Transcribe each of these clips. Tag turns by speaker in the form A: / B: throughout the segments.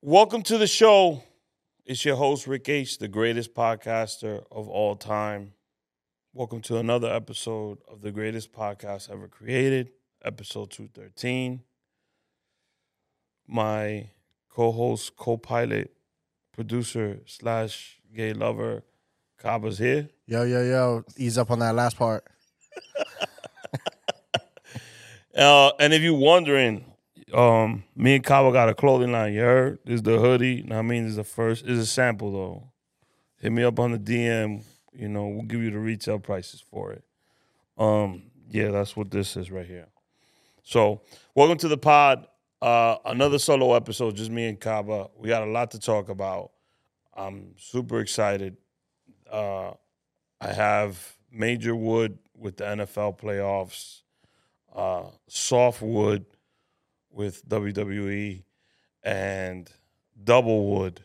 A: Welcome to the show. It's your host, Rick H., the greatest podcaster of all time. Welcome to another episode of the greatest podcast ever created, episode 213. My co host, co pilot, producer, slash gay lover, Caba's here.
B: Yo, yo, yo. Ease up on that last part.
A: Uh, and if you're wondering, um, me and Kaba got a clothing line. You heard? This is the hoodie. know what I mean, this is the first. It's a sample though. Hit me up on the DM. You know, we'll give you the retail prices for it. Um, yeah, that's what this is right here. So, welcome to the pod. Uh, another solo episode, just me and Kaba. We got a lot to talk about. I'm super excited. Uh, I have Major Wood with the NFL playoffs uh, Softwood with WWE and Double Wood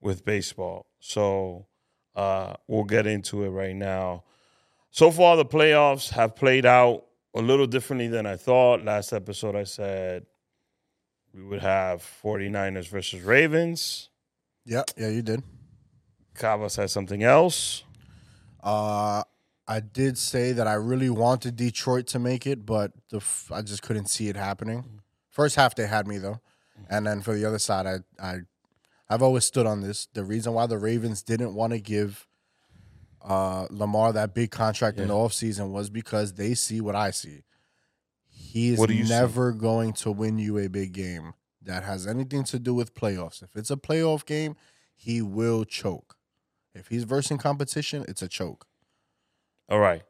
A: with baseball. So uh, we'll get into it right now. So far, the playoffs have played out a little differently than I thought. Last episode, I said we would have 49ers versus Ravens.
B: Yeah, yeah, you did.
A: Kaba said something else.
B: Uh, I did say that I really wanted Detroit to make it, but the f- I just couldn't see it
A: Mm.
B: happening. First half they had me though, and then for the other side, I I I've always stood on this. The reason why the Ravens didn't want to give uh, Lamar that big contract in the offseason was because they see what I see. He is
A: What do you see?
B: never going to win you a big game that has anything to do with playoffs. If it's a playoff game, he will choke. If he's versing competition, it's a choke.
A: All right.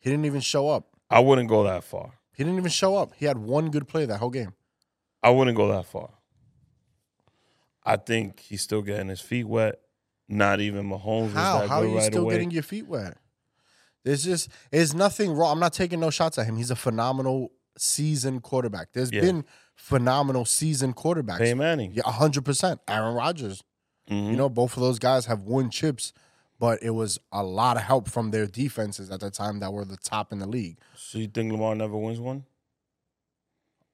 B: He didn't even show up.
A: I wouldn't go that far.
B: He didn't even show up. He had one good play that whole game.
A: I wouldn't go that far. I think he's still getting his feet wet. Not even Mahomes is
B: How?
A: that
B: How are
A: good
B: you
A: right
B: still
A: away.
B: getting your feet wet? There's just there's nothing wrong. I'm not taking no shots at him. He's a phenomenal seasoned quarterback. There's
A: Yeah.
B: been phenomenal seasoned quarterbacks.
A: Peyton Manning.
B: Yeah, hundred percent. Aaron Rodgers.
A: Mhm.
B: You know, both of those guys have won chips, but it was a lot of help from their defenses at the time that were the top in the league.
A: So you think Lamar never wins one?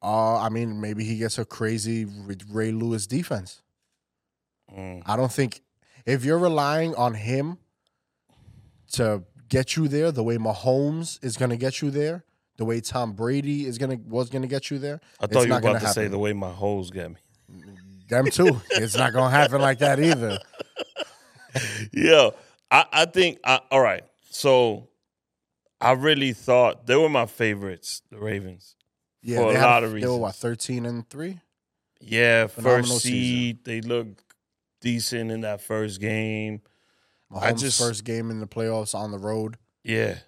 B: Uh, I mean, maybe he gets a crazy Ray Lewis defense.
A: Mm.
B: I don't think if you're relying on him to get you there, the way Mahomes is going to get you there, the way Tom Brady is going to was going to get you there,
A: I thought you were
B: not
A: about
B: gonna
A: to say
B: happen.
A: the way my hoes get me.
B: them too. it's not going to happen like that either.
A: yeah, I, I think I, all right. So I really thought they were my favorites, the Ravens.
B: Yeah,
A: For a
B: they had-
A: lot of
B: They were
A: reasons.
B: what thirteen and three.
A: Yeah,
B: Phenomenal
A: first seed. They looked decent in that first game. I
B: Mahomes'
A: just-
B: first game in the playoffs on the road.
A: Yeah.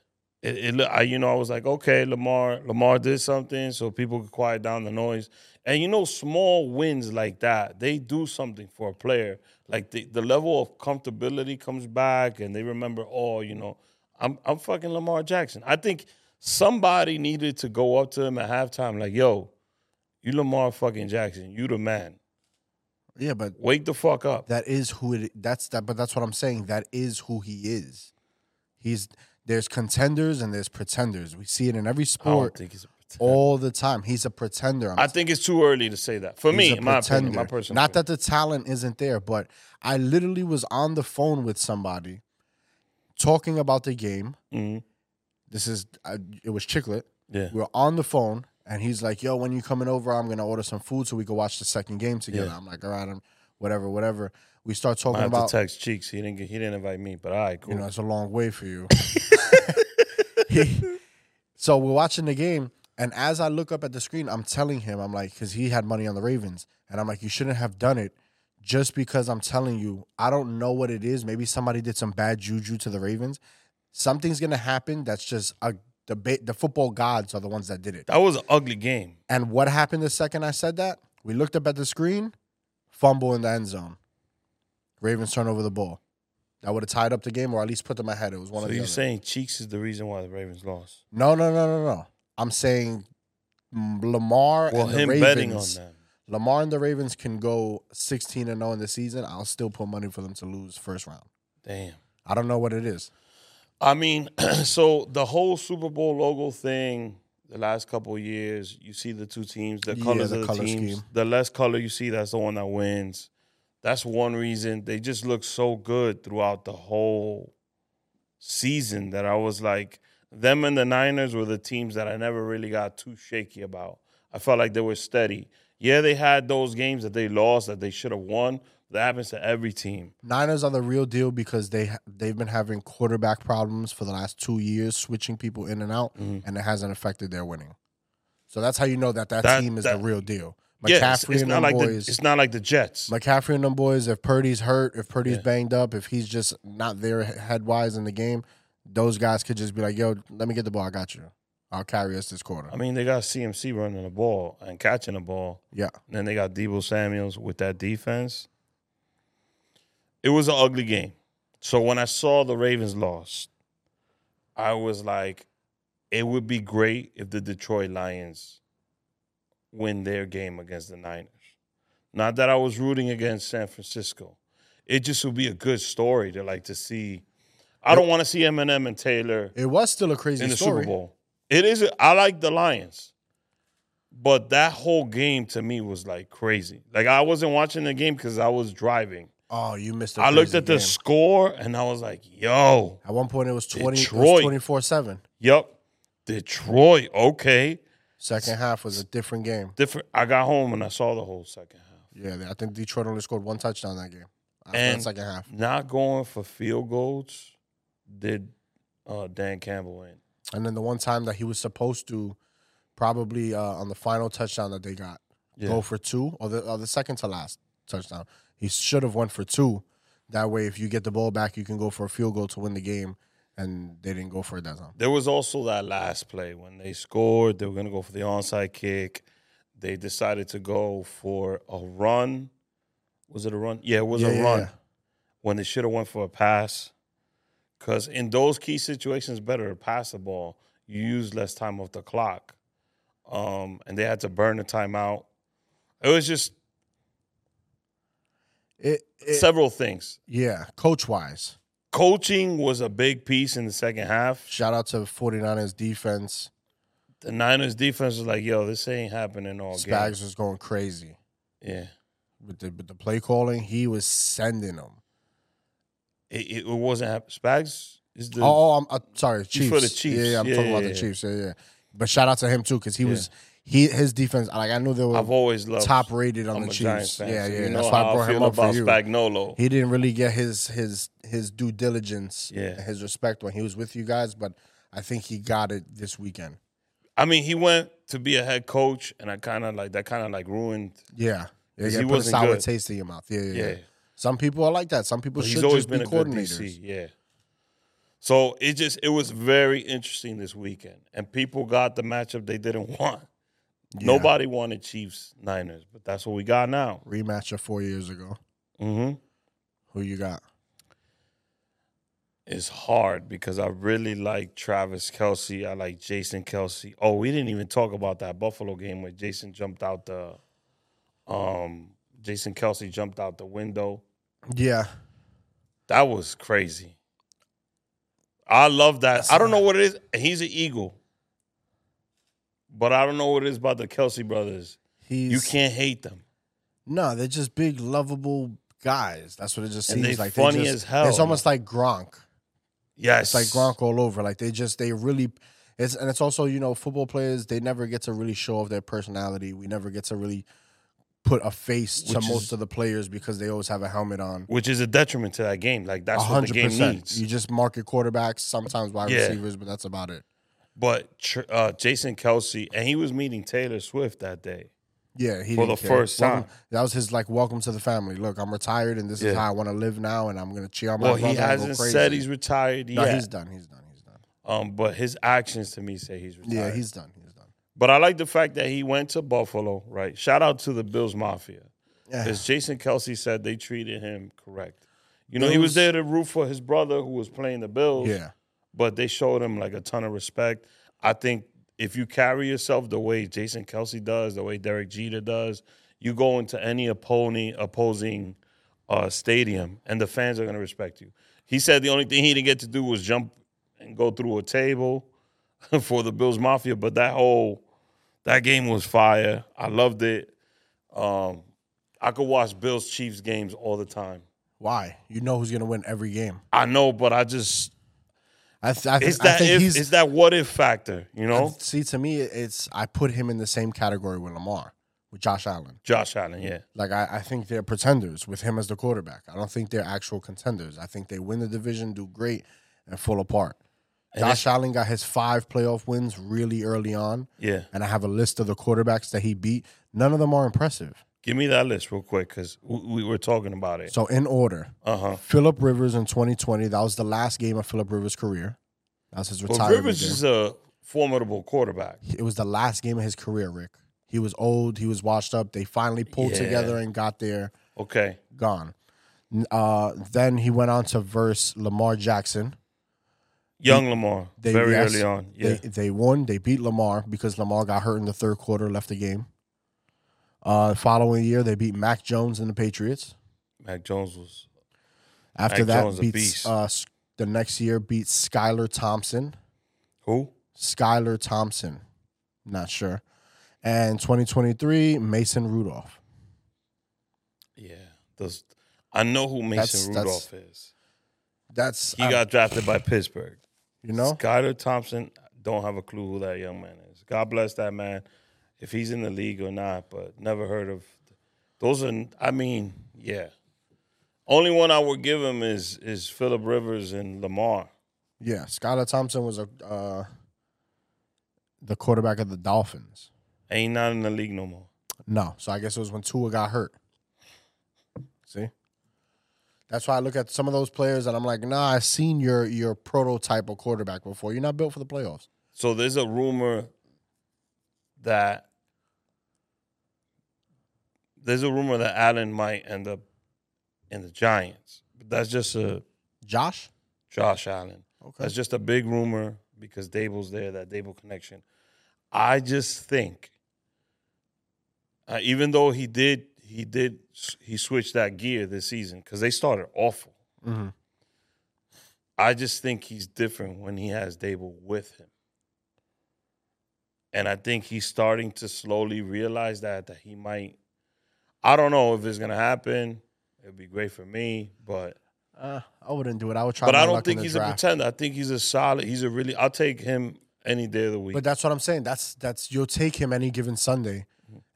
A: It, it look- I, you know, I was like, okay, Lamar, Lamar did something so people could quiet down the noise. And you know, small wins like that, they do something for a player. Like the, the level of comfortability comes back and they remember, oh, you know, I'm I'm fucking Lamar Jackson. I think somebody needed to go up to him at halftime, like, yo, you Lamar fucking Jackson, you the man.
B: Yeah, but
A: Wake the fuck up.
B: that is who it. That's that. But that's what I'm saying. That is who he is. He's there's contenders and there's pretenders. We see it in every
A: I don't
B: sport
A: think he's a pretender.
B: all the time. He's a pretender. I'm
A: I think it's too early to say that. For
B: He's
A: me,
B: a
A: in my opinion, my
B: pretender.
A: personal
B: Not
A: opinion.
B: that the talent isn't there, but I literally was on the phone with somebody talking about the game.
A: Mhm.
B: This is I, it was Chiclet.
A: Yeah.
B: We were on the phone, and he's like, "Yo, when you coming over, I'm gonna order some food so we can watch the second game together."
A: Yeah.
B: I'm like, "All right, I'm, whatever, whatever." We start
A: I
B: talking
A: have
B: about
A: to text Cheeks. He didn't. Get, he didn't invite me, but all right, cool.
B: you know, it's a long way for you. so we're watching the game, and as I look up at the screen, I'm telling him, I'm like, because he had money on the Ravens, and I'm like, you shouldn't have done it just because I'm telling you, I don't know what it is. Maybe somebody did some bad juju to the Ravens. Something's gonna happen that's just a the ba- the football gods are the ones that did it.
A: that was an ugly game.
B: And what happened the second I said that? We looked up at the screen, fumble in the end zone. Ravens turn over the ball. That would have tied up the game or at least put them ahead. It was one
A: so
B: of the
A: you're
B: other.
A: saying Cheeks is the reason why the Ravens lost?
B: no, no, no, no, no. I'm saying mm, Lamar
A: Well,
B: and the
A: him
B: Ravens.
A: betting on them.
B: Lamar and the Ravens can go 16 and 0 in the season. I'll still put money for them to lose first round.
A: Damn.
B: I don't know what it is.
A: I mean, so the whole Super Bowl logo thing, the last couple of years, you see the two teams, the
B: Yeah,
A: colors
B: the
A: of the
B: color
A: teams.
B: scheme.
A: The less color you see, that's the one that wins. That's one reason they just look so good throughout the whole season that I was like, them and the Niners were the teams that I never really got too shaky about. I felt like they were steady. Yeah, they had those games that they lost that they should have won. That happens to every team.
B: Niners are the real deal because they ha- they've been having quarterback problems for the last two years, switching people in and out,
A: Mm-hmm.
B: and it hasn't affected their winning. So that's how you know that that,
A: That-
B: team is
A: that-
B: the real deal. McCaffrey
A: Yeah, it's- it's
B: and
A: not
B: them
A: like the,
B: boys.
A: it's not like the Jets.
B: McCaffrey and them boys. If Purdy's hurt, if Purdy's
A: Yeah.
B: banged up, if he's just not there head wise in the game, those guys could just be like, "Yo, let me get the ball. I got you. I'll carry us this quarter."
A: I mean, they got CMC running the ball and catching the ball.
B: yeah,
A: And then they got Debo Samuels with that defense. It was an ugly game. So when I saw the Ravens lost, I was like, it would be great if the Detroit Lions win their game against the Niners. Not that I was rooting against San Francisco. It just would be a good story to like to see. I don't want to see Eminem and Taylor
B: it was still a crazy
A: in the
B: story.
A: Super Bowl. It is. I like the Lions, but that whole game to me was like crazy. Like I wasn't watching the game because I was driving.
B: Oh, you missed. I
A: I looked at the
B: Game.
A: score and I was like, "Yo,
B: At one point, it was twenty.
A: Detroit.
B: Twenty four seven.
A: yep, Detroit. Okay,
B: Second half was a different game.
A: different." I got home and I saw the whole second half.
B: Yeah, I think Detroit only scored one touchdown that game. After
A: And-
B: that second half.
A: Not going for field goals did uh, Dan Campbell in.
B: And then the one time that he was supposed to, probably uh, on the final touchdown that they got,
A: Yeah.
B: go for two or the or the second to last touchdown. He should have went for two. That way, if you get the ball back, you can go for a field goal to win the game. And they didn't go for it that time.
A: There was also that last play when they scored. They were going to go for the onside kick. They decided to go for a run. Was it a run? Yeah, it was
B: Yeah,
A: a
B: yeah,
A: run
B: yeah.
A: when they should have went for a pass. Because in those key situations, better to pass the ball. You use less time off the clock, um, and they had to burn a timeout. It was just
B: It, it-
A: several things.
B: yeah, coach wise.
A: Coaching was a big piece in the second half.
B: Shout out to 49ers defense.
A: The Niners defense was like, "Yo, this ain't happening all game."
B: Spags was going crazy.
A: Yeah.
B: With the, with the play calling, he was sending them.
A: It, it wasn't hap- Spags is the
B: oh, oh, I'm uh, sorry, Chiefs.
A: for the Chiefs.
B: Yeah, yeah I'm
A: Yeah,
B: talking about
A: yeah,
B: the
A: yeah.
B: Chiefs. Yeah, yeah. But shout out to him too, because he was he his defense. Like I knew they were
A: I've always loved.
B: top rated on
A: I'm
B: the
A: a
B: Chiefs.
A: Giants fan.
B: yeah,
A: so
B: yeah.
A: You know
B: that's why
A: how
B: I brought
A: feel
B: him up
A: about
B: for you.
A: Spagnolo.
B: He didn't really get his his his due diligence,
A: Yeah.
B: and his respect when he was with you guys, but I think he got it this weekend.
A: I mean, he went to be a head coach, and I kind of like that. Kind of like ruined.
B: Yeah, yeah.
A: 'Cause
B: yeah
A: he
B: put a
A: wasn't
B: sour
A: good.
B: taste in your mouth. Yeah, yeah.
A: Yeah,
B: yeah. Some people are like that. Some people
A: But
B: should
A: he's always
B: just be
A: been a good
B: coordinators.
A: DC. Yeah. So it just it was very interesting this weekend, and people got the matchup they didn't want.
B: Yeah.
A: Nobody wanted Chiefs Niners, but that's what we got now.
B: rematch of four years ago.
A: Mm-hmm.
B: Who you got?
A: It's hard because I really like Travis Kelsey. I like Jason Kelsey. Oh, we didn't even talk about that Buffalo game where Jason jumped out the um Jason Kelsey jumped out the window.
B: Yeah,
A: That was crazy. I love that.
B: That's
A: I don't
B: not-
A: know what it is. He's an Eagle. But I don't know what it is about the Kelsey brothers.
B: he's
A: You can't hate them.
B: No, they're just big, lovable guys. That's what it just
A: And
B: seems
A: they
B: like.
A: funny
B: just,
A: as hell.
B: It's almost like Gronk.
A: Yes.
B: It's like Gronk all over. Like they just they really. It's and it's also you know football players they never get to really show off their personality. We never get to really put a face to
A: Which is-
B: most of the players because they always have a helmet on.
A: Which is a detriment to that game. Like
B: A
A: that's what the
B: hundred
A: game
B: percent.
A: needs.
B: You just market quarterbacks, sometimes wide
A: Yeah.
B: receivers, but that's about it.
A: But tr- uh, Jason Kelsey, and he was meeting Taylor Swift that day.
B: Yeah, he
A: For
B: didn't
A: the
B: care.
A: first
B: Welcome-
A: time.
B: That was his like welcome to the family. Look, I'm retired, and this
A: Yeah.
B: is how I want to live now, and I'm gonna cheer on my
A: Well,
B: brother.
A: he
B: and go
A: hasn't
B: crazy.
A: said he's retired
B: No,
A: yet.
B: he's done. He's done. He's done.
A: um, but his actions to me say he's retired.
B: Yeah, he's done. He's done.
A: But I like the fact that he went to Buffalo. Right. Shout out to the Bills Mafia,
B: Yeah.
A: because Jason Kelsey said they treated him correct. You know, he
B: Bills-
A: was there to root for his brother who was playing the Bills.
B: Yeah.
A: But they showed him like a ton of respect. I think if you carry yourself the way Jason Kelsey does, the way Derek Jeter does, you go into any opponent opposing uh, stadium, and the fans are going to respect you. He said the only thing he didn't get to do was jump and go through a table. for the Bills Mafia, but that whole that game was fire. I loved it. Um, I could watch Bills Chiefs games all the time.
B: Why? You know who's gonna win every game.
A: I know, but I just
B: I, th- I, th-
A: it's that
B: I think
A: if,
B: he's.
A: it's that what if factor, you know?
B: See, to me, it's I put him in the same category with Lamar, with Josh Allen.
A: Josh Allen, yeah.
B: Like I, I think they're pretenders with him as the quarterback. I don't think they're actual contenders. I think they win the division, do great, and fall apart.
A: And
B: Josh Allen got his five playoff wins really early on,
A: Yeah.
B: and I have a list of the quarterbacks that he beat. None of them are impressive.
A: Give me that list real quick because we, we were talking about it.
B: So in order,
A: Uh huh.
B: Philip Rivers in 2020. That was the last game of Philip Rivers' career. That's his
A: But
B: retirement.
A: Rivers
B: game.
A: is a formidable quarterback.
B: it was the last game of his career, Rick. He was old. He was washed up. They finally pulled
A: Yeah.
B: together and got there.
A: Okay.
B: Gone. N- Uh, then he went on to verse Lamar Jackson.
A: Young Lamar,
B: they-
A: very
B: yes,
A: early on. Yeah.
B: They, they won. They beat Lamar because Lamar got hurt in the third quarter, left the game. Uh, following year, they beat Mac Jones and the Patriots.
A: Mac Jones was.
B: After
A: Mac
B: that,
A: Jones a
B: beats
A: beast.
B: uh, S- the next year beats Skylar Thompson.
A: Who?
B: Skylar Thompson, not sure. And 2023, Mason Rudolph.
A: Yeah. Does, I know who Mason
B: That's-
A: Rudolph is.
B: That's
A: He
B: I-
A: got drafted by Pittsburgh.
B: you know
A: Skyler Thompson, don't have a clue who that young man is. God bless that man, if he's in the league or not, but never heard of. Those are, I mean, yeah. Only one I would give him is is Philip Rivers and Lamar.
B: Yeah, Skylar Thompson was a uh, the quarterback of the Dolphins.
A: And he not in the league no more.
B: No, so I guess it was when Tua got hurt. See, that's why I look at some of those players and I'm like, nah, I've seen your your prototype of quarterback before. You're not built for the playoffs.
A: So there's a rumor that there's a rumor that Allen might end up in the Giants. But that's just a
B: Josh,
A: Josh Allen.
B: okay,
A: That's just a big rumor because Dable's there, that Dable connection. I just think, uh, even though he did, he did, s- he switched that gear this season because they started awful.
B: hmm
A: I just think he's different when he has Dable with him. And I think he's starting to slowly realize that that he might. I don't know if it's gonna happen. It'd be great for me, but
B: uh, I wouldn't do it. I would try.
A: but
B: my
A: I don't
B: luck in
A: think
B: the
A: he's a
B: draft.
A: pretender. I think he's a solid. He's a really. I'll take him any day of the week.
B: But that's what I'm saying. That's that's you'll take him any given Sunday,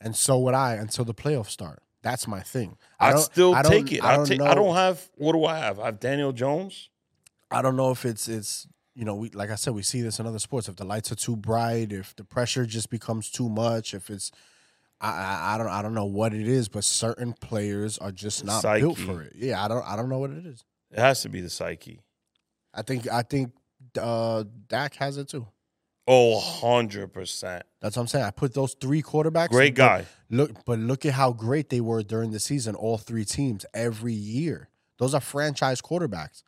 B: and so would I until the playoffs start. That's my thing. I
A: I'd
B: don't-
A: still
B: I don't-
A: take it.
B: I
A: I,
B: don't
A: don't take,
B: know.
A: I don't have. What do I have? I have Daniel Jones.
B: I don't know if it's it's you know we like I said we see this in other sports if the lights are too bright if the pressure just becomes too much if it's I I, I don't I don't know what it is but certain players are just not built
A: Psyche.
B: for it yeah I don't I don't know what it is
A: It has to be the psyche.
B: I think I think uh Dak has it too
A: Oh, 100 percent.
B: that's what I'm saying I put those three quarterbacks
A: Great
B: but
A: guy.
B: look but look at how great they were during the season all three teams every year those are franchise quarterbacks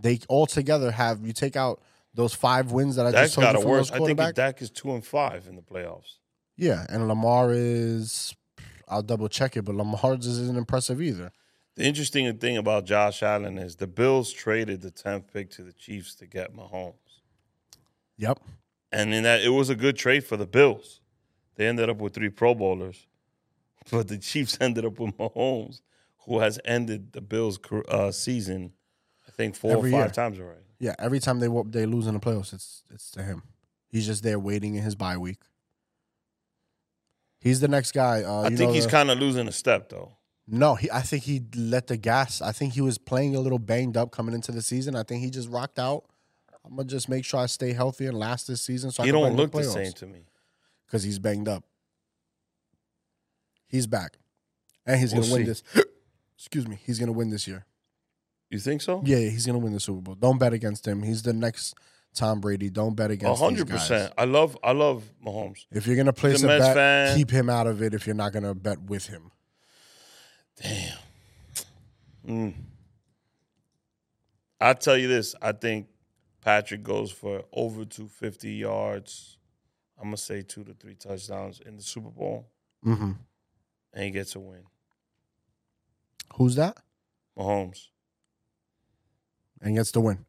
B: they all together have you take out those five wins that I
A: Dak's
B: just told
A: got
B: you
A: to
B: from
A: work.
B: those
A: I think
B: quarterbacks.
A: if Dak is two and five in the playoffs.
B: Yeah, and Lamar is. I'll double check it, but Lamar's isn't impressive either.
A: The interesting thing about Josh Allen is the Bills traded the 10th pick to the Chiefs to get Mahomes.
B: Yep.
A: And in that, it was a good trade for the Bills. They ended up with three Pro Bowlers, but the Chiefs ended up with Mahomes, who has ended the Bills' car- uh, season, I think, four
B: Every
A: or five
B: year.
A: times already.
B: Yeah. Every time they wa- they lose in the playoffs, it's it's to him. He's just there waiting in his bye week. He's the next guy. Uh,
A: I
B: you
A: think
B: know
A: he's
B: the-
A: kind of losing a step, though.
B: no. He, I think he let the gas. I think he was playing a little banged up coming into the season. I think he just rocked out. I'm gonna just make sure I stay healthy and last this season. So I
A: he
B: can play
A: don't
B: in the
A: look the
B: playoffs.
A: same to me.
B: because he's banged up. He's back, and he's gonna
A: We'll
B: win
A: see.
B: this. Excuse me, he's gonna win this year.
A: You think so?
B: Yeah, yeah, he's gonna win the Super Bowl. Don't bet against him. He's the next Tom Brady. Don't bet
A: A
B: against.
A: hundred
B: hundred
A: percent. I love, I love Mahomes.
B: If you're gonna place
A: He's
B: a,
A: a Mets
B: bet,
A: fan.
B: keep him out of it. If you're not gonna bet with him,
A: Damn. Mm. I'll tell you this. I think Patrick goes for over 250 yards. I'm going to say two to three touchdowns in the Super Bowl,
B: mm-hmm.
A: and he gets a win.
B: who's that?
A: Mahomes.
B: And gets the win.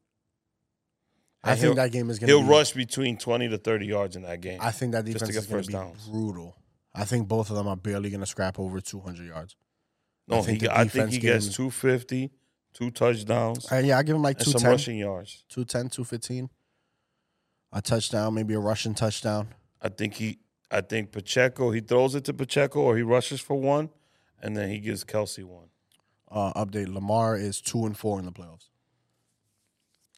B: I
A: And
B: think
A: he'll-
B: that game is going
A: He'll
B: to be
A: rush between twenty to thirty yards in that game.
B: I think that
A: just to
B: defense is
A: get
B: going
A: first
B: to be
A: downs.
B: brutal. I think both of them are barely going to scrap over 200 yards.
A: no,
B: I think
A: he,
B: the
A: I think
B: defense
A: he
B: gave
A: gets
B: him-
A: 250, two touchdowns,
B: Uh, yeah, I give him like
A: and some
B: 210,
A: rushing yards.
B: 210, 215. A touchdown, maybe a rushing touchdown.
A: I think he, I think Pacheco, he throws it to Pacheco or he rushes for one, and then he gives Kelsey one.
B: Uh, update: Lamar is two and four in the playoffs.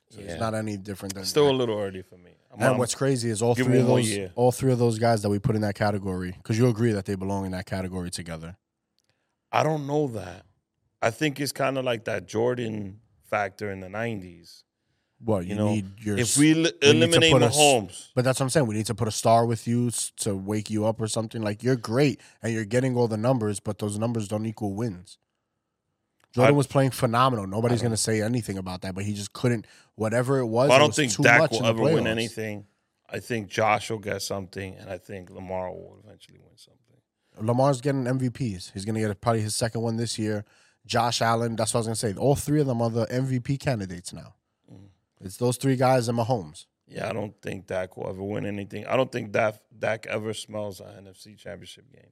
B: So
A: Yeah.
B: it's not any different than
A: Still a little early for me. I'm,
B: And
A: I'm-
B: what's crazy is all
A: Give
B: three
A: him
B: of
A: one more
B: those
A: year.
B: all three of those guys that we put in that category because you agree that they belong in that category together.
A: I don't know that. I think it's kind of like that Jordan factor in the '90s.
B: Well, you,
A: You know,
B: need your
A: If
B: s-
A: we l-
B: to
A: eliminate
B: put us-
A: Mahomes,
B: But that's what I'm saying. We need to put a star with you s- to wake you up or something. Like you're great and you're getting all the numbers, but those numbers don't equal wins. Jordan
A: I-
B: was playing phenomenal. Nobody's
A: don't-
B: gonna say anything about that, but he just couldn't. Whatever it was,
A: Well, I
B: it
A: don't
B: was
A: think
B: too
A: Dak
B: much
A: will
B: in the
A: ever win
B: playoffs.
A: anything. I think Josh will get something, and I think Lamar will eventually win something.
B: Lamar's getting MVPs. He's gonna get probably his second one this year. Josh Allen. That's what I was gonna say. All three of them are the MVP candidates now.
A: Mm.
B: It's those three guys and Mahomes.
A: Yeah, I don't think Dak will ever win anything. I don't think Dak, Dak ever smells an NFC championship game.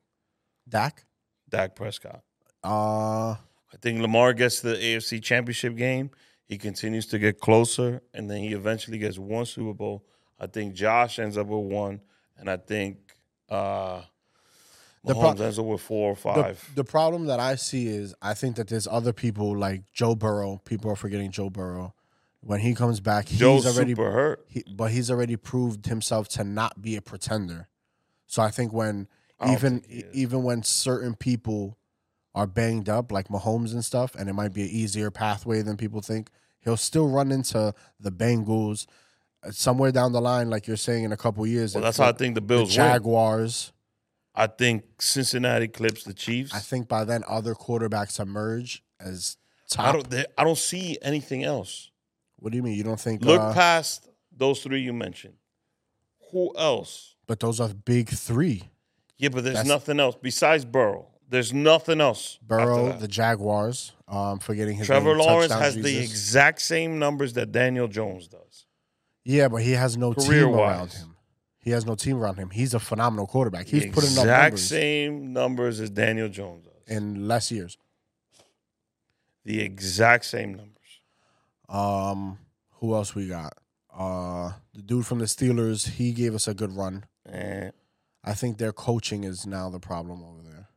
B: Dak.
A: Dak Prescott.
B: Uh
A: I think Lamar gets to the AFC championship game. He continues to get closer, and then he eventually gets one Super Bowl. I think Josh ends up with one, and I think uh,
B: The
A: Mahomes
B: pro-
A: ends up with four or
B: the,
A: five.
B: the problem that I see is I think that there's other people like Joe Burrow. People are forgetting Joe Burrow. When he comes back, he's
A: Joe's
B: already
A: super hurt.
B: he, but he's already proved himself to not be a pretender. So I think when
A: I don't
B: even e,
A: think he is.
B: even when certain people are banged up, like Mahomes and stuff, and it might be an easier pathway than people think, he'll still run into the Bengals uh, somewhere down the line, like you're saying in a couple years.
A: Well, that's
B: it's
A: how I
B: the-
A: think the
B: the
A: Bills win.
B: Jaguars.
A: I think Cincinnati clips the Chiefs.
B: I think by then other quarterbacks emerge as top.
A: I don't. They, I don't see anything else.
B: what do you mean? You don't think?
A: Look
B: uh,
A: past those three you mentioned. Who else?
B: but those are big three:
A: Yeah, but there's
B: That's-
A: nothing else besides Burrow. There's nothing else. after
B: Burrow,
A: that.
B: the Jaguars. Um, forgetting his
A: Trevor
B: name,
A: Lawrence
B: Touchdown
A: has the
B: Jesus.
A: exact same numbers that Daniel Jones does.
B: yeah, but he has no team around
A: Career-wise.
B: him. He has no team around him. He's a phenomenal quarterback. He's
A: the
B: putting up
A: exact
B: numbers
A: same numbers as Daniel Jones does.
B: in less years.
A: The exact same numbers.
B: Um, who else we got? Uh, the dude from the Steelers. He gave us a good run.
A: And
B: I think their coaching is now the problem over there.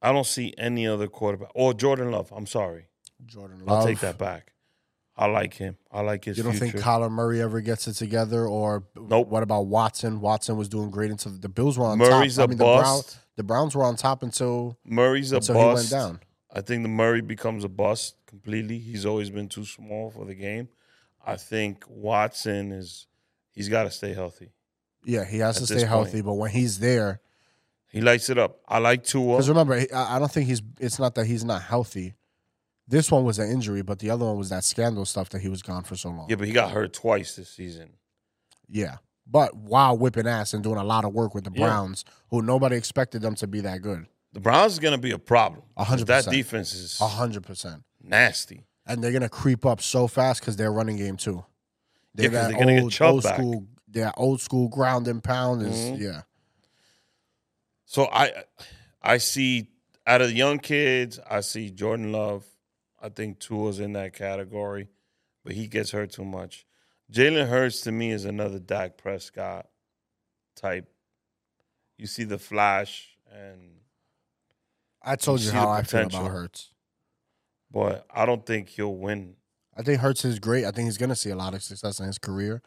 A: I don't see any other quarterback or Jordan Love. I'm sorry,
B: Jordan
A: I'll
B: Love.
A: take that back. I like him. I like his
B: You don't
A: future.
B: think Kyler Murray ever gets it together, or
A: Nope.
B: What about Watson? Watson was doing great until the Bills were on
A: Murray's
B: top.
A: a
B: I mean, the
A: bust.
B: Browns, the Browns were on top until
A: Murray's a
B: until
A: bust.
B: he went down.
A: I think the Murray becomes a bust completely. He's always been too small for the game. I think Watson is he's got to stay healthy.
B: Yeah, he has
A: At
B: to
A: this point.
B: stay healthy, but when he's there,
A: He lights it up. I like Tua.
B: because remember, he- I I don't think he's. It's not that he's not healthy. This one was an injury, but the other one was that scandal stuff that he was gone for so long.
A: Yeah, but he got hurt twice this season.
B: Yeah, but while whipping ass and doing a lot of work with the
A: Yeah.
B: Browns, who nobody expected them to be that good,
A: The Browns is going to be a problem.
B: A hundred
A: That
B: percent.
A: defense is
B: hundred percent.
A: nasty.
B: and they're gonna creep up so fast because they're running game too.
A: Yeah, 'cause they're gonna get Chubb
B: old
A: back.
B: school. Their old school ground and pound is
A: Mhm.
B: yeah.
A: So I, I see out of the young kids, I see Jordan Love. I think Tua's in that category, but he gets hurt too much. Jalen Hurts to me is another Dak Prescott type. You see the flash, and
B: I told
A: You
B: you,
A: see
B: how
A: the
B: I feel
A: potential.
B: about Hurts.
A: but I don't think he'll win.
B: I think Hurts is great. I think he's gonna see a lot of success in his career,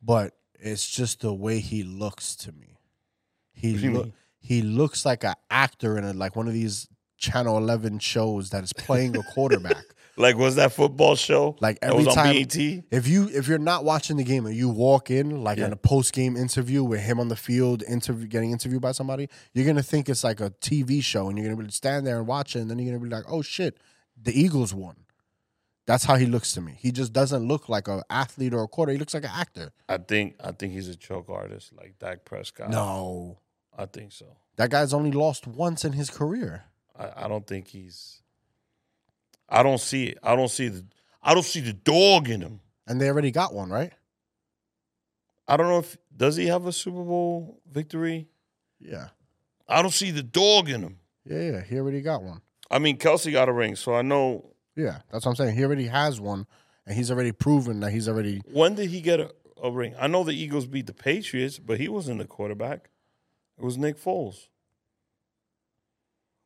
B: but it's just the way he looks to me. He
A: What do you
B: loo-
A: mean?
B: he looks like an actor in a, like one of these Channel Eleven shows that is playing a quarterback.
A: Like was that football show?
B: Like,
A: That
B: every
A: was on E
B: time-
A: BET.
B: If you if you're not watching the game and you walk in like
A: Yeah.
B: in a post game interview with him on the field, interview getting interviewed by somebody, you're gonna think it's like a TV show, and you're gonna be stand there and watch it, and then you're gonna be like, oh shit, the Eagles won. That's how he looks to me. He just doesn't look like an athlete or a quarter. He looks like an actor.
A: I think I think he's a choke artist like Dak Prescott.
B: No,
A: I think so.
B: that guy's only lost once in his career.
A: I, I don't think he's. I don't see it. I don't see the. I don't see the dog in him.
B: And they already got one, right?
A: I don't know if does he have a Super Bowl victory.
B: Yeah.
A: I don't see the dog in him.
B: Yeah, yeah. He already got one.
A: I mean, Kelsey got a ring, so I know
B: Yeah, that's what I'm saying. He already has one, and he's already proven that he's already.
A: when did he get a, a ring. I know the Eagles beat the Patriots, but he wasn't the quarterback. It was Nick Foles.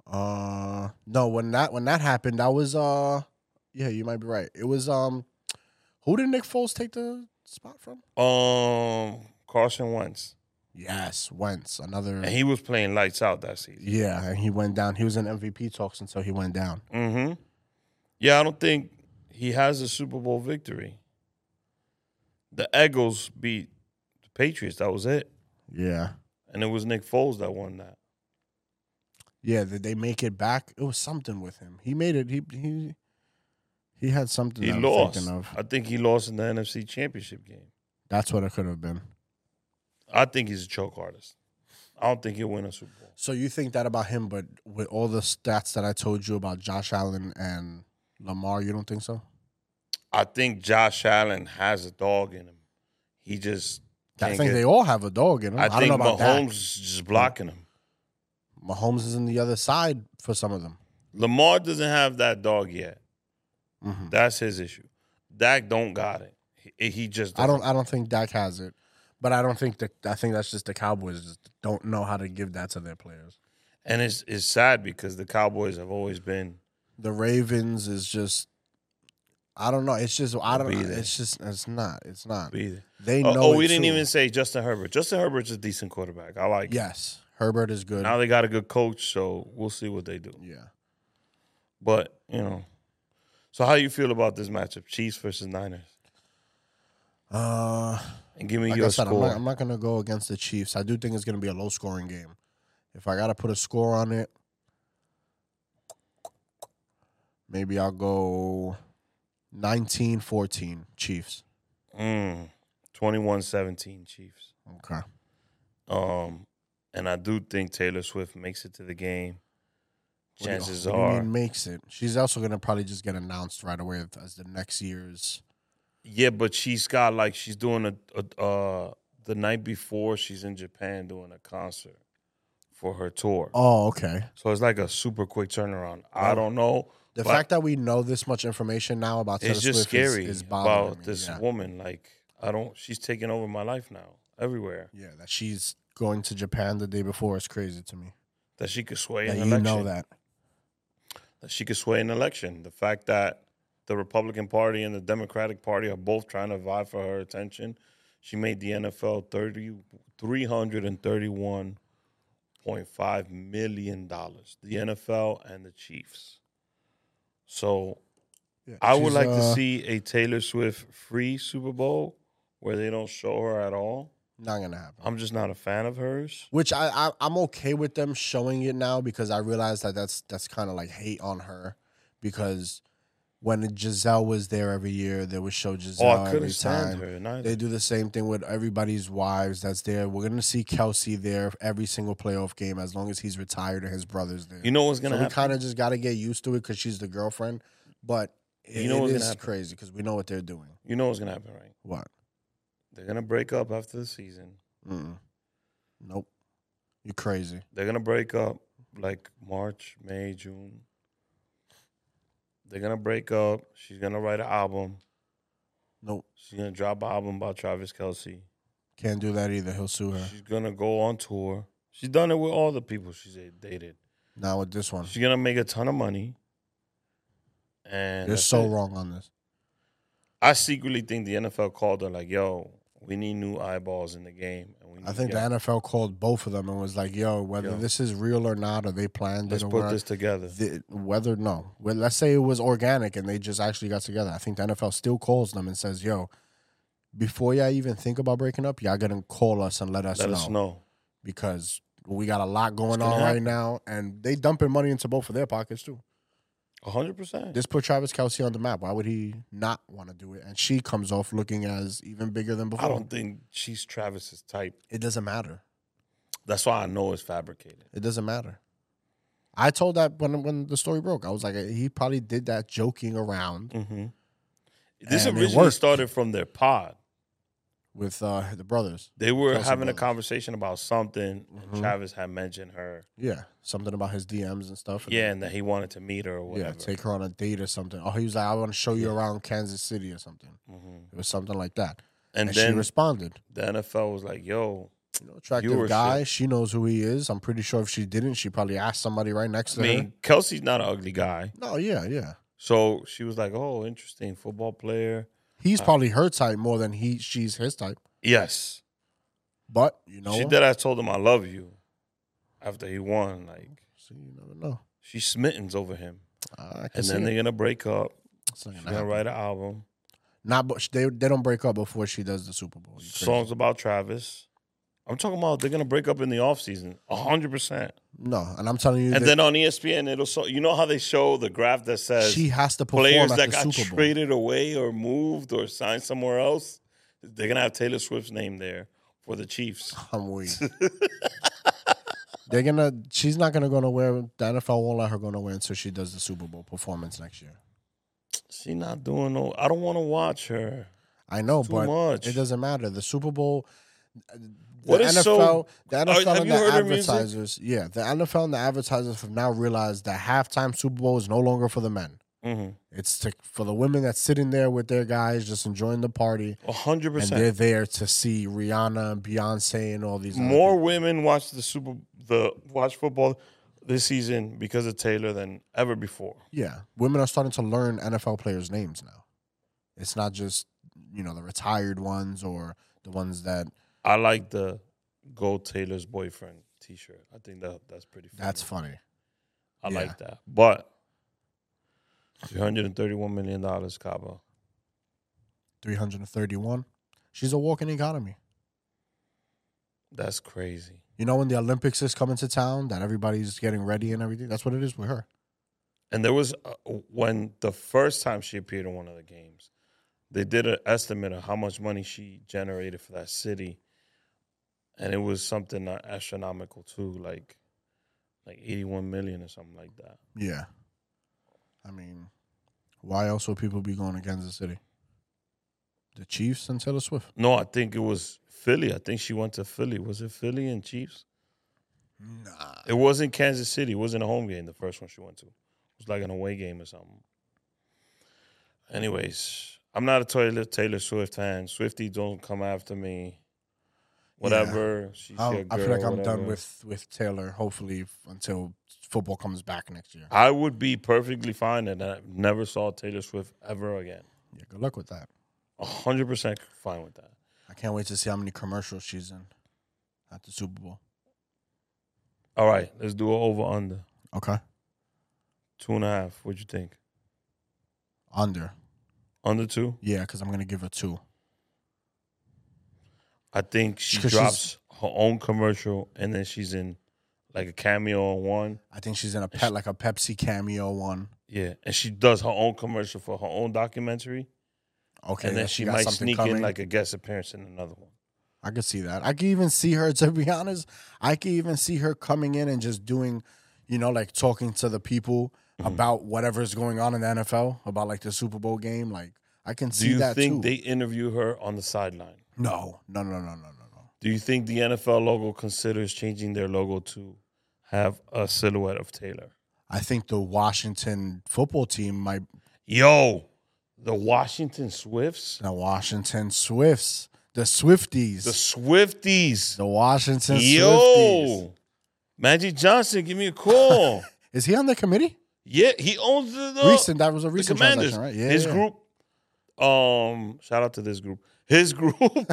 B: Uh, no, when that when that happened, that was uh, yeah, you might be right. It was um, who did Nick Foles take the spot from?
A: Um, Carson Wentz,
B: Yes, Wentz, another.
A: and he was playing lights out that season.
B: yeah, and he went down. He was in MVP talks until he went down.
A: Mm-hmm. Yeah, I don't think he has a Super Bowl victory. The Eagles beat the Patriots. That was it,
B: Yeah,
A: and it was Nick Foles that won that.
B: yeah. Did they make it back? It was something with him. He made it. He he he had something.
A: He
B: that I'm
A: lost.
B: thinking of.
A: I think he lost in the NFC Championship game.
B: That's what it could have been.
A: I think he's a choke artist. I don't think he'll win a Super Bowl.
B: So you think that about him, but with all the stats that I told you about Josh Allen and Lamar, you don't think so?
A: I think Josh Allen has a dog in him. He just
B: I
A: can't
B: think
A: get-
B: they all have a dog in them. I,
A: I,
B: don't
A: think
B: know about
A: Mahomes is just blocking him.
B: that. Mahomes is on the other side for some of them.
A: Lamar doesn't have that dog yet.
B: Mhm.
A: That's his issue. Dak don't got it. He, he just
B: I don't. I don't think Dak has it, but I don't think that. I think that's just the Cowboys just don't know how to give that to their players.
A: And it's it's sad because the Cowboys have always been
B: The Ravens is just. I don't know. It's just. I don't.
A: Be
B: know.
A: there.
B: It's just. It's not. It's not.
A: either.
B: They know.
A: Oh, oh,
B: it
A: we didn't
B: too.
A: even say Justin Herbert. Justin Herbert's a decent quarterback. I like. him.
B: Yes, Herbert is good.
A: Now they got a good coach, so we'll see what they do.
B: yeah.
A: But you know, so how you feel about this matchup, Chiefs versus Niners?
B: Uh.
A: And give me
B: like
A: your
B: I said, I'm
A: score.
B: not, I'm not going to go against the Chiefs. I do think it's going to be a low scoring game. If I got to put a score on it, maybe I'll go 19 14 Chiefs.
A: Mm, 21-17 Chiefs.
B: Okay.
A: Um, and I do think Taylor Swift makes it to the game.
B: What do you-
A: Chances
B: what do you
A: are,
B: mean makes it. She's also going to probably just get announced right away as the next year's.
A: yeah, but she's got like she's doing a, a uh the night before she's in Japan doing a concert for her tour.
B: Oh, okay.
A: So it's like a super quick turnaround. I don't know.
B: The
A: But-
B: fact that we know this much information now about Taylor
A: It's just
B: Swift is-
A: scary
B: is, bothering
A: about
B: me.
A: this
B: yeah.
A: woman. Like I don't. She's taking over my life now. Everywhere
B: yeah, that she's going to Japan the day before is crazy to me.
A: that she could sway
B: That
A: an
B: you
A: election.
B: know that.
A: that she could sway an election. The fact that the Republican Party and the Democratic Party are both trying to vie for her attention. She made the NFL 30, $331.5 million. dollars, The NFL and the Chiefs. So
B: Yeah,
A: I would
B: she's,
A: like to
B: uh,
A: see a Taylor Swift free Super Bowl where they don't show her at all.
B: Not gonna happen.
A: I'm just not a fan of hers.
B: Which I, I I'm okay with them showing it now because I realize that that's that's kind of like hate on her because when Giselle was there every year, they would show Giselle
A: Oh, I
B: every
A: couldn't stand
B: time.
A: her. neither.
B: They do the same thing with everybody's wives that's there. We're gonna see Kelsey there every single playoff game as long as he's retired and his brother's there.
A: You know what's going
B: so
A: to
B: we
A: happen?
B: kind of just gotta get used to it because she's the girlfriend. But it,
A: You know what's
B: it
A: gonna
B: is
A: happen?
B: crazy because we know what they're doing.
A: You know what's going to happen, right?
B: What?
A: They're going to break up after the season.
B: Mm-mm. Nope. You're crazy.
A: They're gonna break up like March, May, June. They're gonna break up. She's gonna write an album.
B: Nope.
A: She's gonna drop an album by Travis Kelsey.
B: Can't do that either. He'll sue her.
A: She's gonna go on tour. She's done it with all the people she's dated.
B: Not with this one.
A: She's gonna make a ton of money. And
B: You're
A: that's
B: so
A: it.
B: wrong on this.
A: I secretly think the NFL called her like, "Yo, we need new eyeballs in the game." And we need
B: I think
A: to get-
B: the NFL called both of them and was like, "Yo, whether
A: Yo.
B: this is real or not, or they planned
A: let's
B: it or
A: put
B: whatever,
A: this together.
B: the- whether no, well, let's say it was organic and they just actually got together. I think the NFL still calls them and says, "Yo, before y'all even think about breaking up, y'all gonna call us and let us,
A: Let
B: know,
A: us know.
B: because we got a lot going
A: gonna
B: on right
A: happen.
B: now, and they dumping money into both of their pockets too.
A: hundred percent.
B: Just put Travis Kelsey on the map. Why would he not want to do it? And she comes off looking as even bigger than before.
A: I don't think she's Travis's type.
B: it doesn't matter.
A: That's why I know it's fabricated.
B: It doesn't matter. I told that when when the story broke, I was like, he probably did that joking around.
A: Mm-hmm. This
B: And it
A: originally
B: worked.
A: started from their pod.
B: with uh, the brothers.
A: They were
B: Kelce
A: having a
B: Brothers.
A: conversation about something.
B: Mhm.
A: And Travis had mentioned her.
B: Yeah, something about his DMs and stuff. and-
A: Yeah, and that he wanted to meet her or whatever.
B: yeah, take her on a date or something. Oh, he was like, I want to show you
A: Yeah.
B: around Kansas City or something.
A: Mhm.
B: It was something like that,
A: And,
B: and, she
A: then
B: responded.
A: the NFL was like, "Yo,
B: You know, attractive
A: Viewership.
B: guy. She knows who he is. I'm pretty sure if she didn't, she probably asked somebody right next
A: I
B: to her.
A: mean, Kelsey's not an ugly guy."
B: No, yeah, yeah.
A: So she was like, "Oh, interesting football player."
B: He's
A: Uh,
B: probably her type more than he she's his type.
A: Yes,
B: But you know,
A: she
B: what?
A: did. I told him I love you. After he won, like
B: So you never know.
A: she's smittens over him,
B: I can
A: and
B: see
A: then
B: it.
A: they're gonna break up.
B: It's not
A: She's
B: gonna
A: gonna
B: happen.
A: write an album,
B: Not, but sh- they they don't break up before she does the Super Bowl. You crazy.
A: songs about Travis. I'm talking about they're gonna break up in the off season, hundred percent.
B: no, and I'm telling you,
A: And
B: that
A: then on E ESPN, it'll show. You know how they show the graph that says
B: she has to perform
A: players
B: at
A: that
B: the
A: got
B: Super Bowl.
A: traded away or moved or signed somewhere else, they're gonna have Taylor Swift's name there for the Chiefs.
B: I'm weak. They're gonna. She's not gonna go nowhere. The NFL won't let her go nowhere until she does the Super Bowl performance next year.
A: She not doing no. I don't want to watch her.
B: I know,
A: Too
B: but
A: much.
B: it doesn't matter. The Super Bowl. The
A: What is
B: NFL,
A: so-
B: the NFL
A: have
B: and
A: you
B: the
A: heard her music?
B: advertisers, yeah, the NFL and the advertisers have now realized that halftime Super Bowl is no longer for the men.
A: Mm-hmm.
B: It's to, for the women that's sitting there with their guys, just enjoying the party,
A: hundred
B: and they're
A: percent.
B: there to see Rihanna and Beyonce and all these other
A: More women watch the Super the watch football this season because of Taylor than ever before.
B: Yeah, women are starting to learn NFL players' names now. It's not just you know the retired ones or the ones that
A: I like the "Go Taylor's boyfriend" T-shirt. I think that that's pretty. Funny.
B: that's funny.
A: I
B: yeah.
A: like that. But three hundred and thirty-one million dollars, Cabo.
B: Three hundred and thirty-one. She's a walking economy.
A: That's crazy.
B: You know when the Olympics is coming to town, that everybody's getting ready and everything. That's what it is with her.
A: And there was uh, when the first time she appeared in one of the games, they did an estimate of how much money she generated for that city, and it was something uh, astronomical too, like like eighty one million or something like that.
B: Yeah. I mean, why else would people be going to Kansas City? The Chiefs and Taylor Swift.
A: No, I think it was Philly. I think she went to Philly. Was it Philly and Chiefs?
B: Nah.
A: It wasn't Kansas City. It wasn't a home game. The first one she went to it was like an away game or something. Anyways, I'm not a Taylor Taylor Swift fan. Swifty don't come after me. Whatever. She's
B: I
A: your
B: I feel
A: girl,
B: like I'm done
A: whatever.
B: with with Taylor. Hopefully, f- until football comes back next year.
A: I would be perfectly fine, and I never saw Taylor Swift ever again.
B: Yeah, good luck with that.
A: hundred percent fine with that.
B: I can't wait to see how many commercials she's in at the Super Bowl.
A: All right, let's do an over under
B: Okay.
A: two and a half. What you think?
B: Under.
A: Under two?
B: Yeah, because I'm going to give her two.
A: I think she
B: 'Cause she's-
A: drops her own commercial, and then she's in like a cameo on one.
B: I think she's in a pet, like a Pepsi cameo one.
A: Yeah, and she does her own commercial for her own documentary,
B: Okay.
A: and then
B: yeah,
A: she,
B: got
A: might
B: something
A: sneak in
B: coming.
A: like a guest appearance in another one.
B: I could see that. I could even see her, to be honest, I could even see her coming in and just doing, you know, like talking to the people
A: Mm-hmm.
B: about whatever's going on in the NFL, about like the Super Bowl game. Like, I can
A: Do
B: see
A: you
B: that
A: think
B: too.
A: they interview her on the sideline?
B: no, no, no, no, no, no, no.
A: Do you think the NFL logo considers changing their logo to have a silhouette of Taylor?
B: I think the Washington football team might
A: Yo, the Washington Swifts,
B: The Washington Swifts. The Swifties.
A: the
B: The,
A: Swifties.
B: Washington Swifties.
A: Yo, Magic Johnson, give me a call.
B: Is he on the committee?
A: yeah, he owns the, the
B: recent. That was a
A: the
B: recent
A: Commanders.
B: transaction, right? Yeah.
A: His group. Um, shout out to this group. His group
B: group.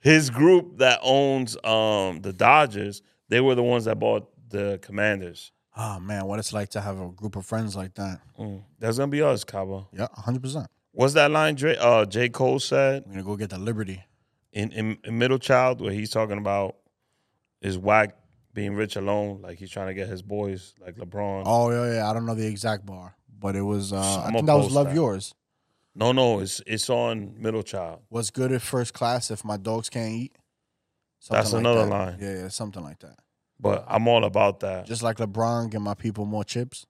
A: his group that owns um the Dodgers, they were the ones that bought the Commanders.
B: oh, man. What it's like to have a group of friends like that.
A: Mm. That's gonna be us, Cabo.
B: Yeah, 100%.
A: What's that line Dre, uh, J. Cole said
B: I'm going to go get the Liberty.
A: in, in in Middle Child where he's talking about his whack being rich alone, like he's trying to get his boys like LeBron.
B: Oh, yeah, yeah. I don't know the exact bar, but it was, uh, I
A: I'ma
B: think that was
A: post
B: Love
A: that.
B: Yours.
A: No, no, it's it's on Middle Child.
B: What's good at first class if my dogs can't eat? Something
A: That's another
B: that.
A: line.
B: Yeah, yeah, something like that.
A: But I'm all about that.
B: Just like LeBron, give my people more chips.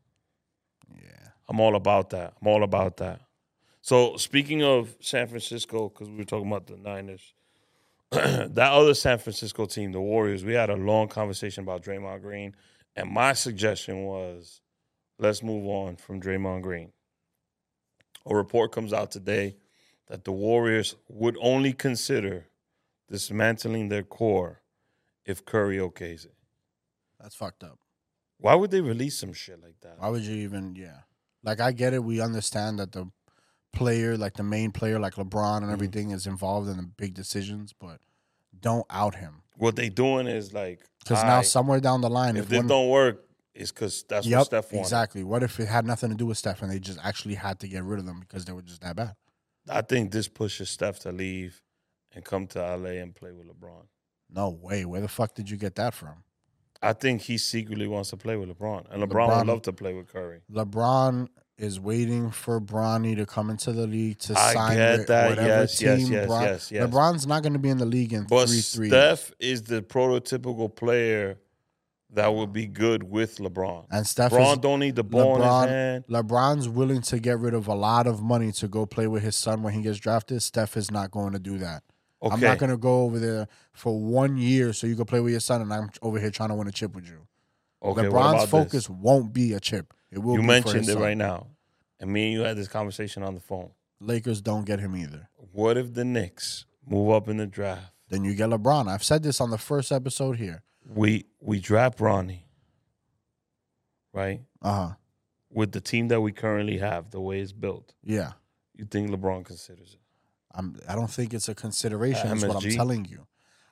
B: Yeah.
A: I'm all about that. I'm all about that. So speaking of San Francisco, because we were talking about the Niners, that other San Francisco team, the Warriors, we had a long conversation about Draymond Green, and my suggestion was, let's move on from Draymond Green. A report comes out today that the Warriors would only consider dismantling their core if Curry okays it.
B: That's fucked up.
A: Why would they release some shit like that?
B: Why would you even? Yeah, like I get it. We understand that the player, like the main player, like LeBron and
A: Mhm.
B: everything, is involved in the big decisions, but don't out him
A: What they doing is like
B: because now
A: "Aight,
B: somewhere down the line,
A: if this don't work, it's because that's
B: Yep,
A: what Steph wanted.
B: exactly. What if it had nothing to do with Steph and they just actually had to get rid of them because they were just that bad?
A: I think this pushes Steph to leave and come to LA and play with LeBron.
B: No way. Where the fuck did you get that from?
A: I think he secretly wants to play with LeBron, and LeBron,
B: LeBron-
A: would love to play with Curry.
B: LeBron is waiting for Bronny to come into the league to
A: I
B: sign
A: get
B: with
A: that.
B: whatever
A: Yes,
B: team.
A: yes, yes,
B: Bron-
A: yes, yes.
B: LeBron's not going to be in the league in
A: But
B: three three. years.
A: Steph is the prototypical player that would be good with LeBron.
B: and Steph
A: LeBron
B: is,
A: don't need the ball in his hand.
B: LeBron's willing to get rid of a lot of money to go play with his son when he gets drafted. Steph is not going to do that.
A: Okay,
B: I'm not going to go over there for one year so you can play with your son, and I'm over here trying to win a chip with you.
A: okay. what about
B: LeBron's
A: this?
B: focus won't be a chip. It will.
A: You
B: be for
A: mentioned
B: his
A: it
B: son.
A: right now, and me and you had this conversation on the phone.
B: Lakers don't get him either.
A: What if the Knicks move up in the draft?
B: Then you get LeBron. I've said this on the first episode here.
A: We we draft Bronny, right?
B: Uh huh.
A: With the team that we currently have, the way it's built,
B: Yeah.
A: you think LeBron considers it?
B: I'm. I don't think it's a consideration.
A: Uh,
B: That's what I'm
A: MSG?
B: telling you.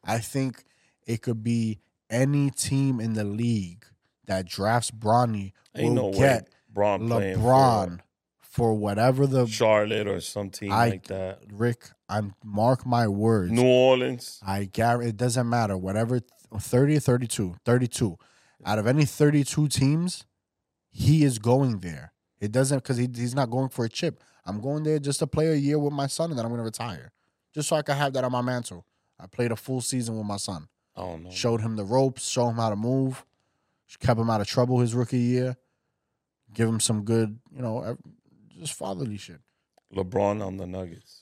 B: I think it could be any team in the league that drafts Bronny
A: Ain't
B: will
A: no
B: get
A: way Bron playing
B: LeBron for whatever
A: for
B: the
A: Charlotte or some team
B: I-
A: like that.
B: Rick. I'm mark my words.
A: New Orleans.
B: I guarantee it doesn't matter. Whatever 30 or 32, 32. Out of any 32 teams, he is going there. It doesn't because he, he's not going for a chip. I'm going there just to play a year with my son and then I'm going to retire. Just so I can have that on my mantle. I played a full season with my son.
A: I don't know.
B: Showed him the ropes, showed him how to move, kept him out of trouble his rookie year, give him some good, you know, ev- just fatherly shit.
A: LeBron on the Nuggets.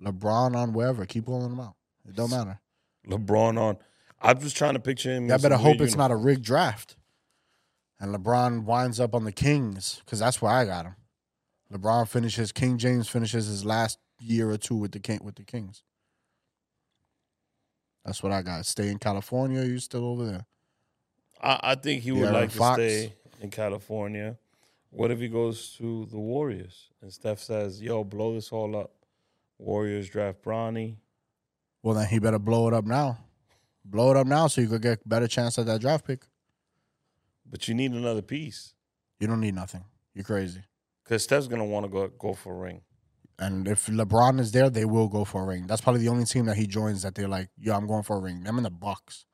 B: LeBron on wherever, keep rolling him out. It don't matter.
A: LeBron on. I'm just trying to picture him.
B: I better hope it's not a rigged draft. And LeBron winds up on the Kings because that's where I got him. LeBron finishes King James finishes his last year or two with the King, with the Kings. That's what I got. Stay in California. You still over there?
A: I, I think he would
B: De'Aaron
A: like
B: Fox.
A: to stay in California. What if he goes to the Warriors and Steph says, "Yo, blow this all up." Warriors draft Bronny.
B: Well, then he better blow it up now. Blow it up now so you could get better chance at that draft pick.
A: But you need another piece
B: You don't need nothing. You're crazy.
A: because Steph's gonna want to go go for a ring.
B: And if LeBron is there, they will go for a ring. That's probably the only team that he joins that they're like, "Yo, I'm going for a ring." Them in the Bucks,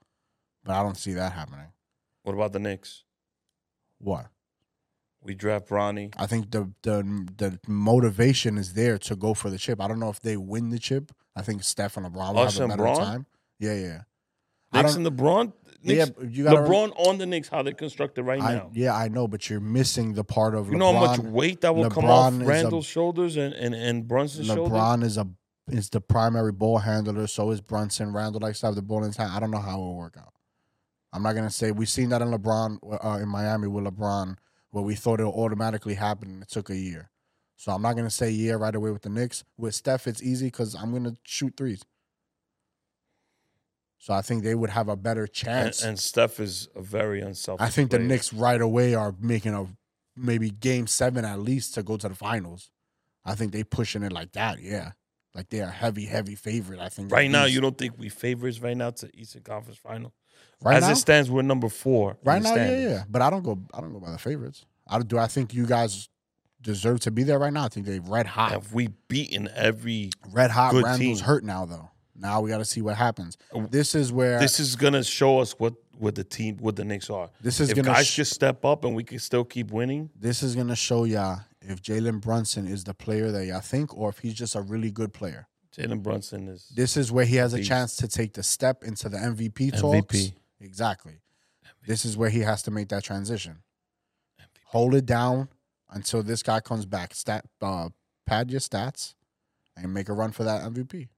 B: but I don't see that happening.
A: What about the Knicks?
B: What?
A: We draft Bronny.
B: I think the the the motivation is there to go for the chip. I don't know if they win the chip. I think Steph and LeBron will
A: Us
B: have a
A: and
B: better
A: Bron?
B: time. Yeah, yeah. I
A: Knicks
B: don't-
A: and LeBron. Knicks,
B: yeah, you gotta
A: LeBron on the Knicks. How they're constructed right
B: I,
A: now.
B: yeah, I know, but you're missing the part of
A: You
B: LeBron.
A: know how much weight that will come
B: LeBron
A: off
B: is a-
A: Randall's shoulders and, and, and Brunson's shoulders?
B: LeBron is a is the primary ball handler. So is Brunson. Randall likes to have the ball in his hand. I don't know how it will work out. I'm not gonna say we've seen that in LeBron uh, in Miami with LeBron, where we thought it'll automatically happen. and It took a year, so I'm not gonna say yeah right away with the Knicks. With Steph, it's easy because I'm gonna shoot threes. So I think they would have a better
A: And,
B: chance.
A: and Steph is a very unselfish
B: I think the
A: player.
B: Knicks right away are making a maybe game seven at least to go to the finals. I think they pushing it like that, yeah. Like they are heavy, heavy favorite. I think
A: Right now, you don't think we favorites right now to Eastern Conference Final?
B: right
A: As
B: now,
A: it stands, we're number four. in
B: right
A: the
B: now, yeah,
A: standings.
B: yeah. But I don't go, I don't go by the favorites. I do. I think you guys deserve to be there right now. I think they red hot,
A: Have we beaten every?
B: red hot.
A: good
B: Randall's
A: team.
B: hurt now though. Now we got to see what happens.
A: Oh,
B: This is where this,
A: This is gonna show us what what the team, what the Knicks are.
B: is
A: If
B: gonna
A: guys
B: sh-
A: just step up and we can still keep winning,
B: this is gonna show y'all if Jalen Brunson is the player that y'all think, or if he's just a really good player.
A: Jalen Brunson is
B: This is where he has a
A: Beast.
B: chance to take the step into the MVP talks.
A: MVP.
B: Exactly. This is where he has to make that transition. Hold it down until this guy comes back. Stat, uh, pad your stats, and make a run for that MVP.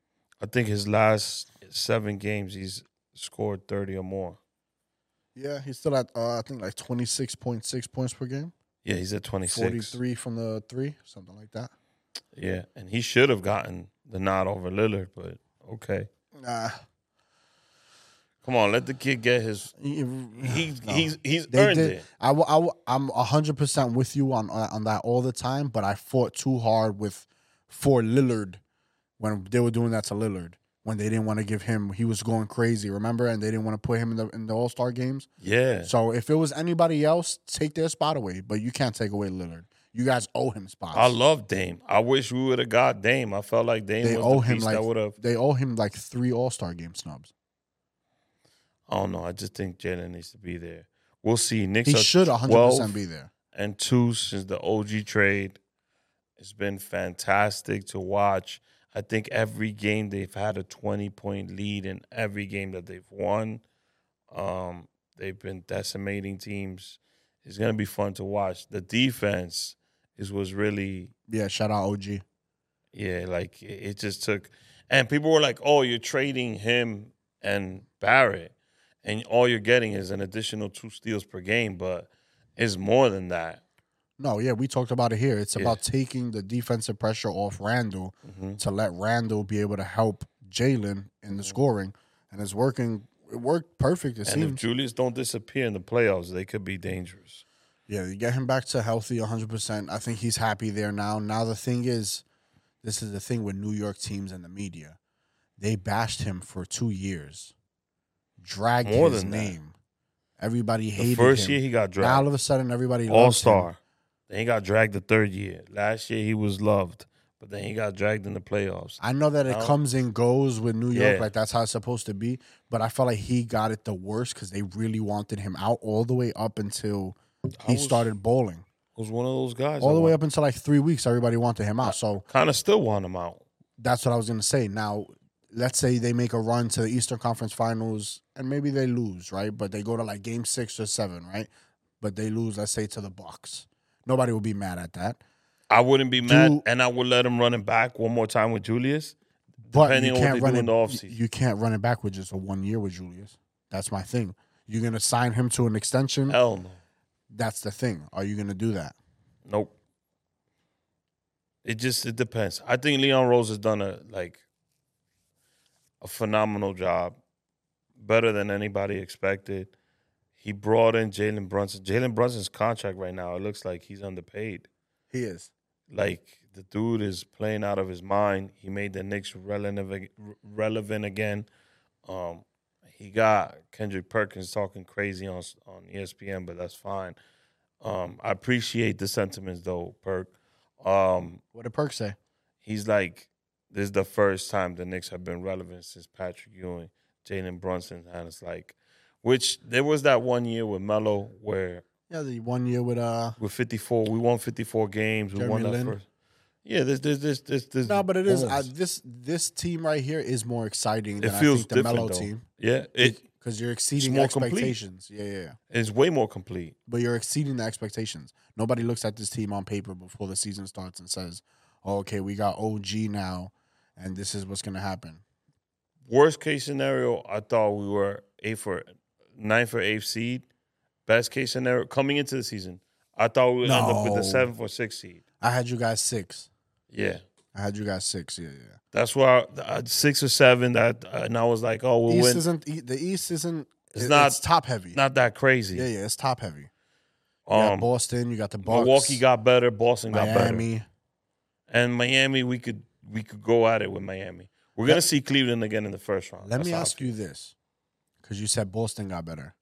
A: I think his last seven games, he's scored 30 or more.
B: Yeah, he's still at uh, I think like twenty six point six points per game,
A: Yeah, he's at 26.
B: forty three from the three, something like that.
A: Yeah, and he should have gotten the nod over Lillard, but okay.
B: Nah,
A: Come on, let the kid get his.
B: he,
A: He's
B: no.
A: he's he's
B: They
A: earned
B: did-
A: it.
B: I, w- I w- I'm 100% with you on, on on that all the time, but I fought too hard with for Lillard when they were doing that to Lillard when they didn't want to give him he was going crazy, remember? And they didn't want to put him in the in the All-Star games.
A: Yeah,
B: So if it was anybody else, take their spot away, but you can't take away Lillard. You guys owe him spots.
A: I love Dame. I wish we would have got Dame. I felt like Dame
B: They
A: was
B: owe
A: the
B: him,
A: piece
B: like-
A: that would have.
B: they owe him like 3 All-Star game snubs.
A: I don't know. I just think Jalen needs to be there. We'll see. Knicks
B: He
A: are
B: should 100%
A: 12
B: be there.
A: and two since the OG trade. It's been fantastic to watch. I think every game they've had a 20 point lead in every game that they've won. Um, they've been decimating teams. It's going to be fun to watch. The defense is was really
B: Yeah, shout out OG.
A: yeah, like it it just took, and people were like, "Oh, you're trading him and Barrett, and all you're getting is an additional two steals per game." But it's more than that.
B: No, yeah, we talked about it here. It's
A: Yeah.
B: about taking the defensive pressure off Randall
A: Mm-hmm.
B: to let Randall be able to help Jalen in the scoring, and it's working. It worked perfect. It
A: And if
B: seems.
A: Julius don't disappear in the playoffs, they could be dangerous.
B: yeah, you get him back to healthy, one hundred percent. I think he's happy there now. Now the thing is, this is the thing with New York teams and the media. They bashed him for two years, dragged
A: More
B: his
A: than that.
B: name. Everybody
A: The
B: hated
A: first
B: him.
A: year he got
B: now all
A: dragged,
B: of a sudden, everybody
A: all
B: loves him.
A: star. Then he got dragged the third year. Last year he was loved, but then he got dragged in the playoffs.
B: I know that it
A: Now-
B: comes and goes with New York,
A: Oh. Yeah.
B: like that's how it's supposed to be. But I felt like he got it the worst because they really wanted him out all the way up until
A: I
B: he
A: was-
B: started bowling.
A: Was one of those guys
B: All the way up until like three weeks, everybody wanted him out. So
A: Kind of still want him out.
B: that's what I was gonna say. Now, let's say they make a run to the Eastern Conference Finals and maybe they lose, right? But they go to like Game Six or Seven, right? But they lose, let's say, to the Bucks. Nobody would be mad at that.
A: I wouldn't be mad,
B: Do-
A: and I would let him run it back one more time with Julius.
B: But
A: Depending
B: you
A: on what
B: can't
A: they
B: run
A: do
B: it,
A: in the offseason.
B: You can't run it back with just a one year with Julius. That's my thing. You're gonna sign him to an extension.
A: Hell no.
B: That's the thing. Are you gonna do that?
A: Nope. It just it depends. I think Leon Rose has done a like a phenomenal job, better than anybody expected. He brought in Jalen Brunson. Jalen Brunson's contract right now, it looks like he's underpaid.
B: He is.
A: Like the dude is playing out of his mind. He made the Knicks relevant relevant again. Um, he got Kendrick Perkins talking crazy on on E ESPN, but that's fine. Um, I appreciate the sentiments though, Perk. Um,
B: What did Perk say?
A: he's like, this is the first time the Knicks have been relevant since Patrick Ewing, Jalen Brunson, and it's like, which there was that one year with Melo where
B: Yeah, the one year with uh
A: with 54. We won 54 games. We won
B: Jeremy
A: that
B: Lin.
A: first. Yeah, there's there's there's there's, there's
B: No, but it is I,
A: moments.
B: this this team right here is more exciting
A: it
B: than
A: feels
B: I think the
A: different
B: Mellow
A: though.
B: team.
A: Yeah, it
B: Because you're exceeding
A: more complete.
B: expectations. Yeah, yeah, yeah.
A: is way more complete.
B: But you're exceeding the expectations. Nobody looks at this team on paper before the season starts and says, oh, okay, we got OG now and this is what's gonna happen.
A: Worst case scenario, I thought we were eight for ninth or eighth seed. Best case scenario, coming into the season, I thought we would end up with
B: No.
A: the seventh or sixth seed.
B: I had you guys six.
A: Yeah,
B: I had you guys six. Yeah, yeah.
A: that's why I, I- six or seven. That and I was like, oh, we'll
B: East
A: win.
B: isn't e- the East isn't.
A: It's
B: it-
A: not-
B: it's top heavy.
A: Not that crazy.
B: yeah, yeah, it's top heavy. You got
A: um,
B: Boston. You got the Bucks.
A: Milwaukee got better. Boston got better.
B: Miami.
A: and Miami, we could we could go at it with Miami. We're gonna
B: Let-
A: see Cleveland again in the first round.
B: Let
A: That's
B: me
A: how I
B: ask
A: feel.
B: you this, because you said Boston got better.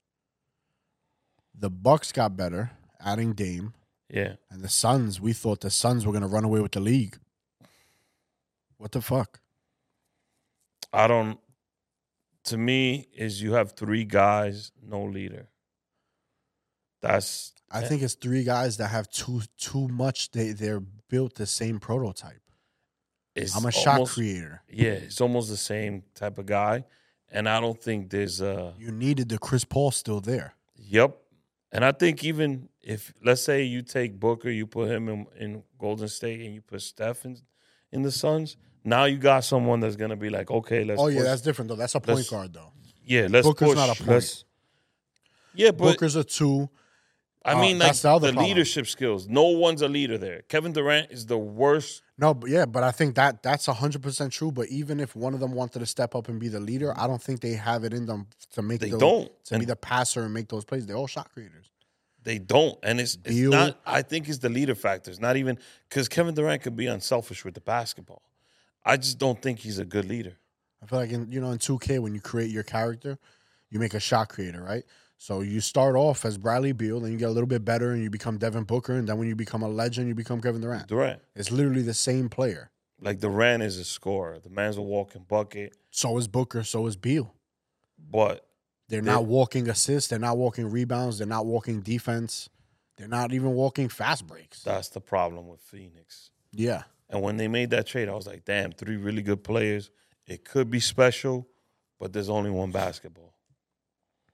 B: The Bucks got better, adding Dame,
A: Yeah,
B: and the Suns. We thought the Suns were gonna run away with the league. What the fuck?
A: I don't. To me, is you have three guys, no leader. That's
B: I think it's three guys that have too too much. They they're built the same prototype.
A: it's
B: I'm a shot
A: almost-
B: creator.
A: Yeah, it's almost the same type of guy, and I don't think there's a.
B: You needed the Chris Paul still there.
A: Yep, And I think even if let's say you take Booker, you put him in, in Golden State, and you put Steph in, in the Suns. Now you got someone that's gonna be like, okay, let's.
B: Oh yeah,
A: push-
B: that's different though. That's a point
A: Let's-
B: guard though.
A: yeah. Let's
B: Booker's
A: push.
B: not a point.
A: Let's- yeah, but
B: Booker's a two.
A: I
B: uh,
A: mean, like
B: that's the other
A: the
B: problem.
A: leadership skills. No one's a leader there. Kevin Durant is the worst
B: No, but yeah, but I think that that's hundred percent true. But even if one of them wanted to step up and be the leader, I don't think they have it in them to make
A: They
B: the,
A: don't.
B: to be
A: And-
B: the passer and make those plays. They're all shot creators.
A: They don't, and it's, it's
B: Beal.
A: not. I think it's the leader factor. It's not even because Kevin Durant could be unselfish with the basketball. I just don't think he's a good leader.
B: I feel like in you know in two K when you create your character, you make a shot creator, right? So you start off as Bradley Beal, then you get a little bit better, and you become Devin Booker, and then when you become a legend, you become Kevin Durant.
A: Durant,
B: It's literally the same player.
A: like Durant, is a scorer. The man's a walking bucket,
B: So is Booker. So is Beal.
A: but
B: They're
A: They-
B: not walking assists. They're not walking rebounds. They're not walking defense. They're not even walking fast breaks.
A: that's the problem with Phoenix.
B: yeah.
A: And when they made that trade, I was like, damn, three really good players. It could be special, but there's only one basketball.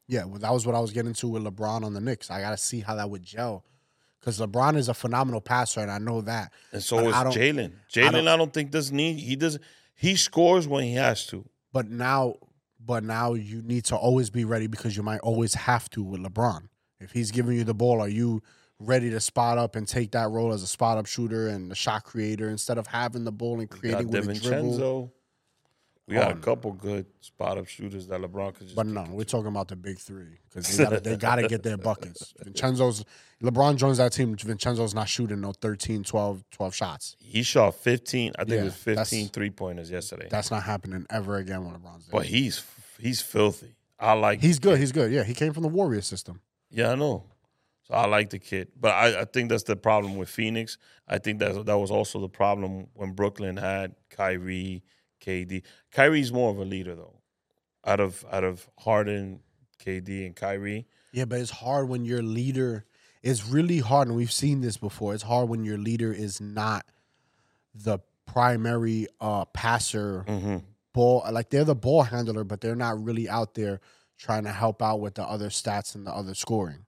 B: Yeah, well, that was what I was getting to with LeBron on the Knicks. I got to see how that would gel because LeBron is a phenomenal passer, and I know that.
A: And so
B: But
A: is
B: I don't-
A: Jalen. Jalen, I, don't think doesn't need. He doesn't. He scores when he has to.
B: But now, but now you need to always be ready because you might always have to with LeBron. If he's giving you the ball, are you ready to spot up and take that role as a spot up shooter and a shot creator instead of having the ball and
A: We got
B: creating with a dribble?
A: DiVincenzo. We got
B: Oh,
A: a couple good spot up shooters that LeBron could just.
B: But no,
A: kick
B: we're
A: it to.
B: talking about the big three because they gotta, they gotta get their buckets. Vincenzo's LeBron joins that team. Vincenzo's not shooting no 13, 12, 12 shots.
A: He shot 15. I think
B: Yeah,
A: it was 15
B: that's-
A: three pointers yesterday.
B: That's not happening ever again when LeBron's there.
A: But he's he's filthy. I like.
B: He's good. He's good. Yeah, he came from the Warrior system.
A: yeah, I know. So I like the kid, but I, I think that's the problem with Phoenix. I think that that was also the problem when Brooklyn had Kyrie, KD. Kyrie's more of a leader though. Out of out of Harden, KD, and Kyrie.
B: Yeah, but it's hard when your leader. It's really hard, and we've seen this before. It's hard when your leader is not the primary uh, passer
A: Mm-hmm.
B: ball. Like they're the ball handler, but they're not really out there trying to help out with the other stats and the other scoring.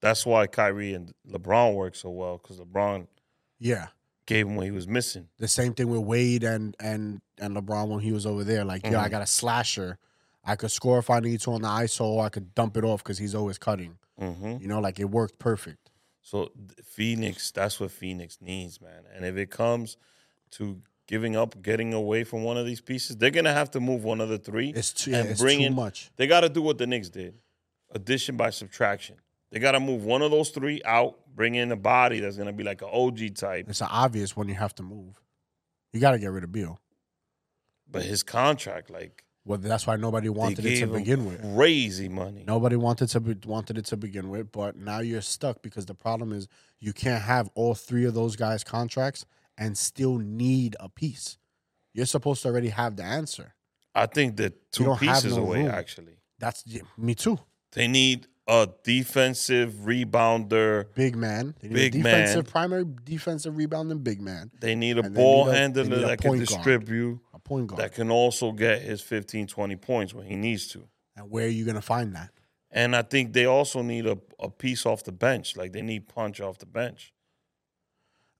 A: That's why Kyrie and LeBron work so well because LeBron
B: Yeah.
A: gave him what he was missing.
B: The same thing with Wade and and and LeBron when he was over there. Like, yo, I
A: Mhm.
B: got a slasher. I could score if I need to on the ISO, or I could dump it off because he's always cutting.
A: Mm-hmm.
B: You know, like it worked perfect.
A: So th- Phoenix, that's what Phoenix needs, man. And if it comes to giving up, getting away from one of these pieces, they're gonna have to move one of the three.
B: It's too, yeah,
A: And
B: it's
A: bring
B: too
A: in-
B: much.
A: They got to do what the Knicks did: addition by subtraction. They got to move one of those three out, bring in a body that's gonna be like an OG type.
B: It's obvious when you have to move. You got to get rid of Beal.
A: But his contract, like,
B: Well, that's why nobody wanted
A: they
B: it
A: gave
B: to
A: him mm.
B: begin with.
A: crazy money.
B: Nobody wanted to be, wanted it to begin with, but now you're stuck because the problem is you can't have all three of those guys' contracts and still need a piece. You're supposed to already have the answer.
A: I think the two
B: don't have
A: pieces
B: no
A: away
B: room.
A: actually.
B: That's yeah, me too.
A: They need a defensive rebounder.
B: Big man, They need a
A: Big man.
B: defensive primary defensive rebounding big man,
A: They need a
B: And they
A: ball
B: need a- they
A: handler
B: need a
A: that can
B: point guard.
A: distribute,
B: a point guard.
A: that can also get his 15, 20 points when he needs to.
B: and where are you gonna find that?
A: And I think they also need a, a piece off the bench. Like they need punch off the bench.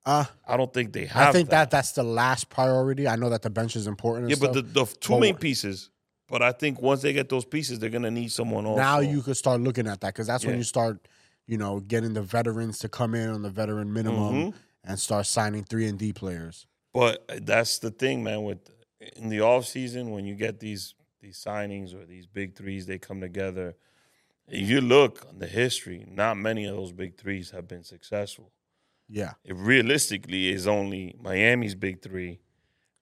B: Uh,
A: I don't think they have
B: I think that. that's the last priority. I know that the bench is important. And
A: yeah,
B: stuff.
A: but the, the two
B: But-
A: main pieces. But I think once they get those pieces, they're going to need someone also.
B: now you could start looking at that because that's
A: Yeah.
B: when you start, you know, getting the veterans to come in on the veteran minimum
A: Mhm.
B: and start signing three and D players.
A: But that's the thing, man. With in the off season, when you get these these signings or these big threes, they come together. You look on the history; not many of those big threes have been successful.
B: Yeah,
A: It realistically is only Miami's big three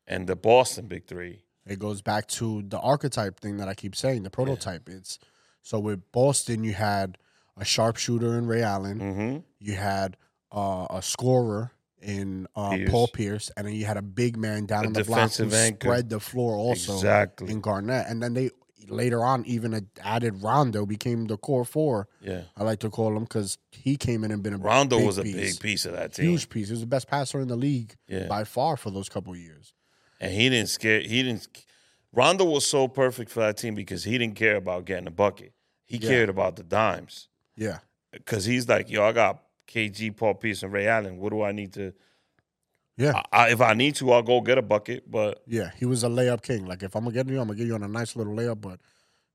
A: and the Boston big three.
B: it goes back to the archetype thing that I keep saying, the prototype. It's so with Boston, you had a sharpshooter in Ray Allen,
A: Mm-hmm.
B: you had uh, a scorer in uh,
A: Pierce.
B: Paul Pierce, and then you had a big man down
A: A
B: on the block who
A: defensive anchor.
B: spread the floor also
A: Exactly.
B: in Garnett, and then they. Later on, even added Rondo became the core four.
A: Yeah.
B: I like to call him because he came in and been a
A: Rondo
B: big
A: was a
B: piece,
A: big piece of that team.
B: huge piece. He was the best passer in the league
A: Yeah.
B: by far for those couple of years.
A: And he didn't scare. He didn't. Rondo was so perfect for that team because he didn't care about getting a bucket. He
B: Yeah.
A: cared about the dimes.
B: Yeah,
A: because he's like, yo, I got KG, Paul Pierce, and Ray Allen. What do I need to?
B: Yeah.
A: I, I, if I need to, I'll go get a bucket. But
B: Yeah, he was a layup king. Like if I'm gonna get you, I'm gonna get you on a nice little layup, but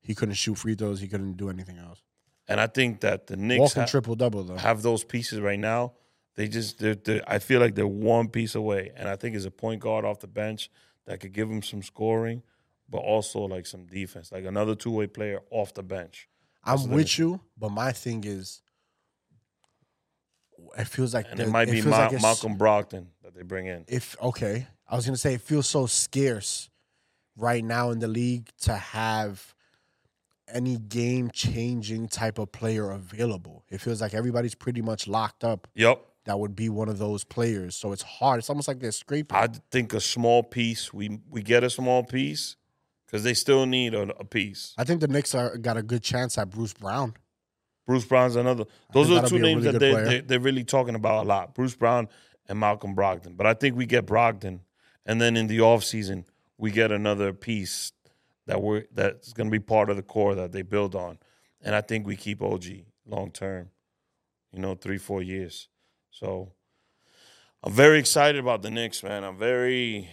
B: he couldn't shoot free throws. He couldn't do anything else.
A: and I think that the Knicks
B: Walking
A: ha-
B: triple double though.
A: have those pieces right now. They just, they're, they're, I feel like they're one piece away, and I think it's a point guard off the bench that could give them some scoring, but also like some defense, like another two way player off the bench.
B: I'm
A: Absolutely.
B: with you, but my thing is, it feels like
A: And
B: the-
A: it might be
B: feels
A: Ma-
B: like it's-
A: Malcolm Brogdon that they bring in.
B: If okay, I was gonna say it feels so scarce right now in the league to have any game changing type of player available. It feels like everybody's pretty much locked up.
A: Yep.
B: That would be one of those players. So it's hard. It's almost like they're scraping.
A: I think a small piece. We we get a small piece because they still need a, a piece.
B: I think the Knicks are, got a good chance at Bruce Brown.
A: Bruce Brown's another. Those are
B: think
A: the
B: that'll
A: two
B: be a
A: names
B: really
A: that
B: good
A: they,
B: player.
A: they they're really talking about a lot. Bruce Brown and Malcolm Brogdon. But I think we get Brogdon, and then in the offseason, we get another piece that we're that's going to be part of the core that they build on. And I think we keep OG long term. You know, three four years. So I'm very excited about the Knicks, man. I'm very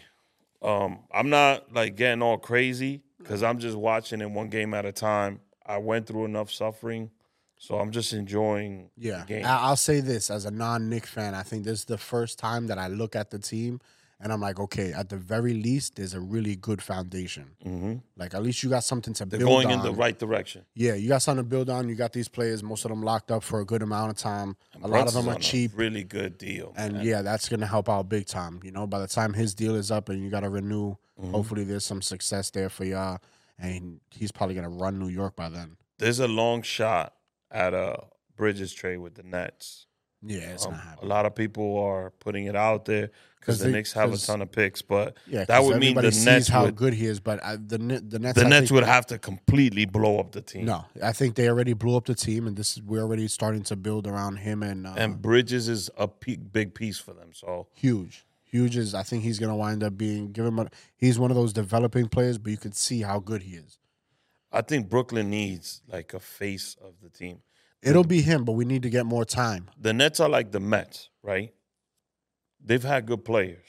A: um I'm not like getting all crazy cuz I'm just watching it one game at a time. I went through enough suffering, so I'm just enjoying
B: Yeah,
A: the game.
B: I- I'll say this as a non-Nick fan. I think this is the first time that I look at the team and I'm like, okay, at the very least, there's a really good foundation.
A: hmm
B: Like at least you got something to
A: They're
B: build
A: going
B: on.
A: in the right direction.
B: yeah, you got something to build on. You got these players, most of them locked up for a good amount of time.
A: And
B: A lot
A: Brunson's
B: of them are
A: on a
B: cheap,
A: really good deal.
B: and
A: man.
B: yeah, that's gonna help out big time. You know, by the time his deal is up and you got to renew,
A: Mhm.
B: hopefully there's some success there for y'all. And he's probably gonna run New York by then.
A: There's a long shot at a Bridges trade with the Nets.
B: Yeah, it's
A: Um,
B: not
A: a
B: happening.
A: lot of people are putting it out there because
B: 'Cause
A: the
B: they-
A: Knicks have a
B: 'cause-
A: ton of picks, but
B: Yeah,
A: that
B: 'cause
A: would mean
B: everybody
A: the
B: sees
A: Nets
B: how
A: would-
B: good he is, but I, the Ne- the Nets
A: the
B: I
A: Nets
B: think-
A: would have to completely blow up the team.
B: No, I think they already blew up the team, and this is, we're already starting to build around him and, uh,
A: And Bridges is a pe- big piece for them. So
B: huge. Huge is I think he's gonna wind up being give him a, he's one of those developing players, but you can see how good he is.
A: I think Brooklyn needs like a face of the team.
B: It'll be him, but we need to get more time.
A: The Nets are like the Mets, right? They've had good players,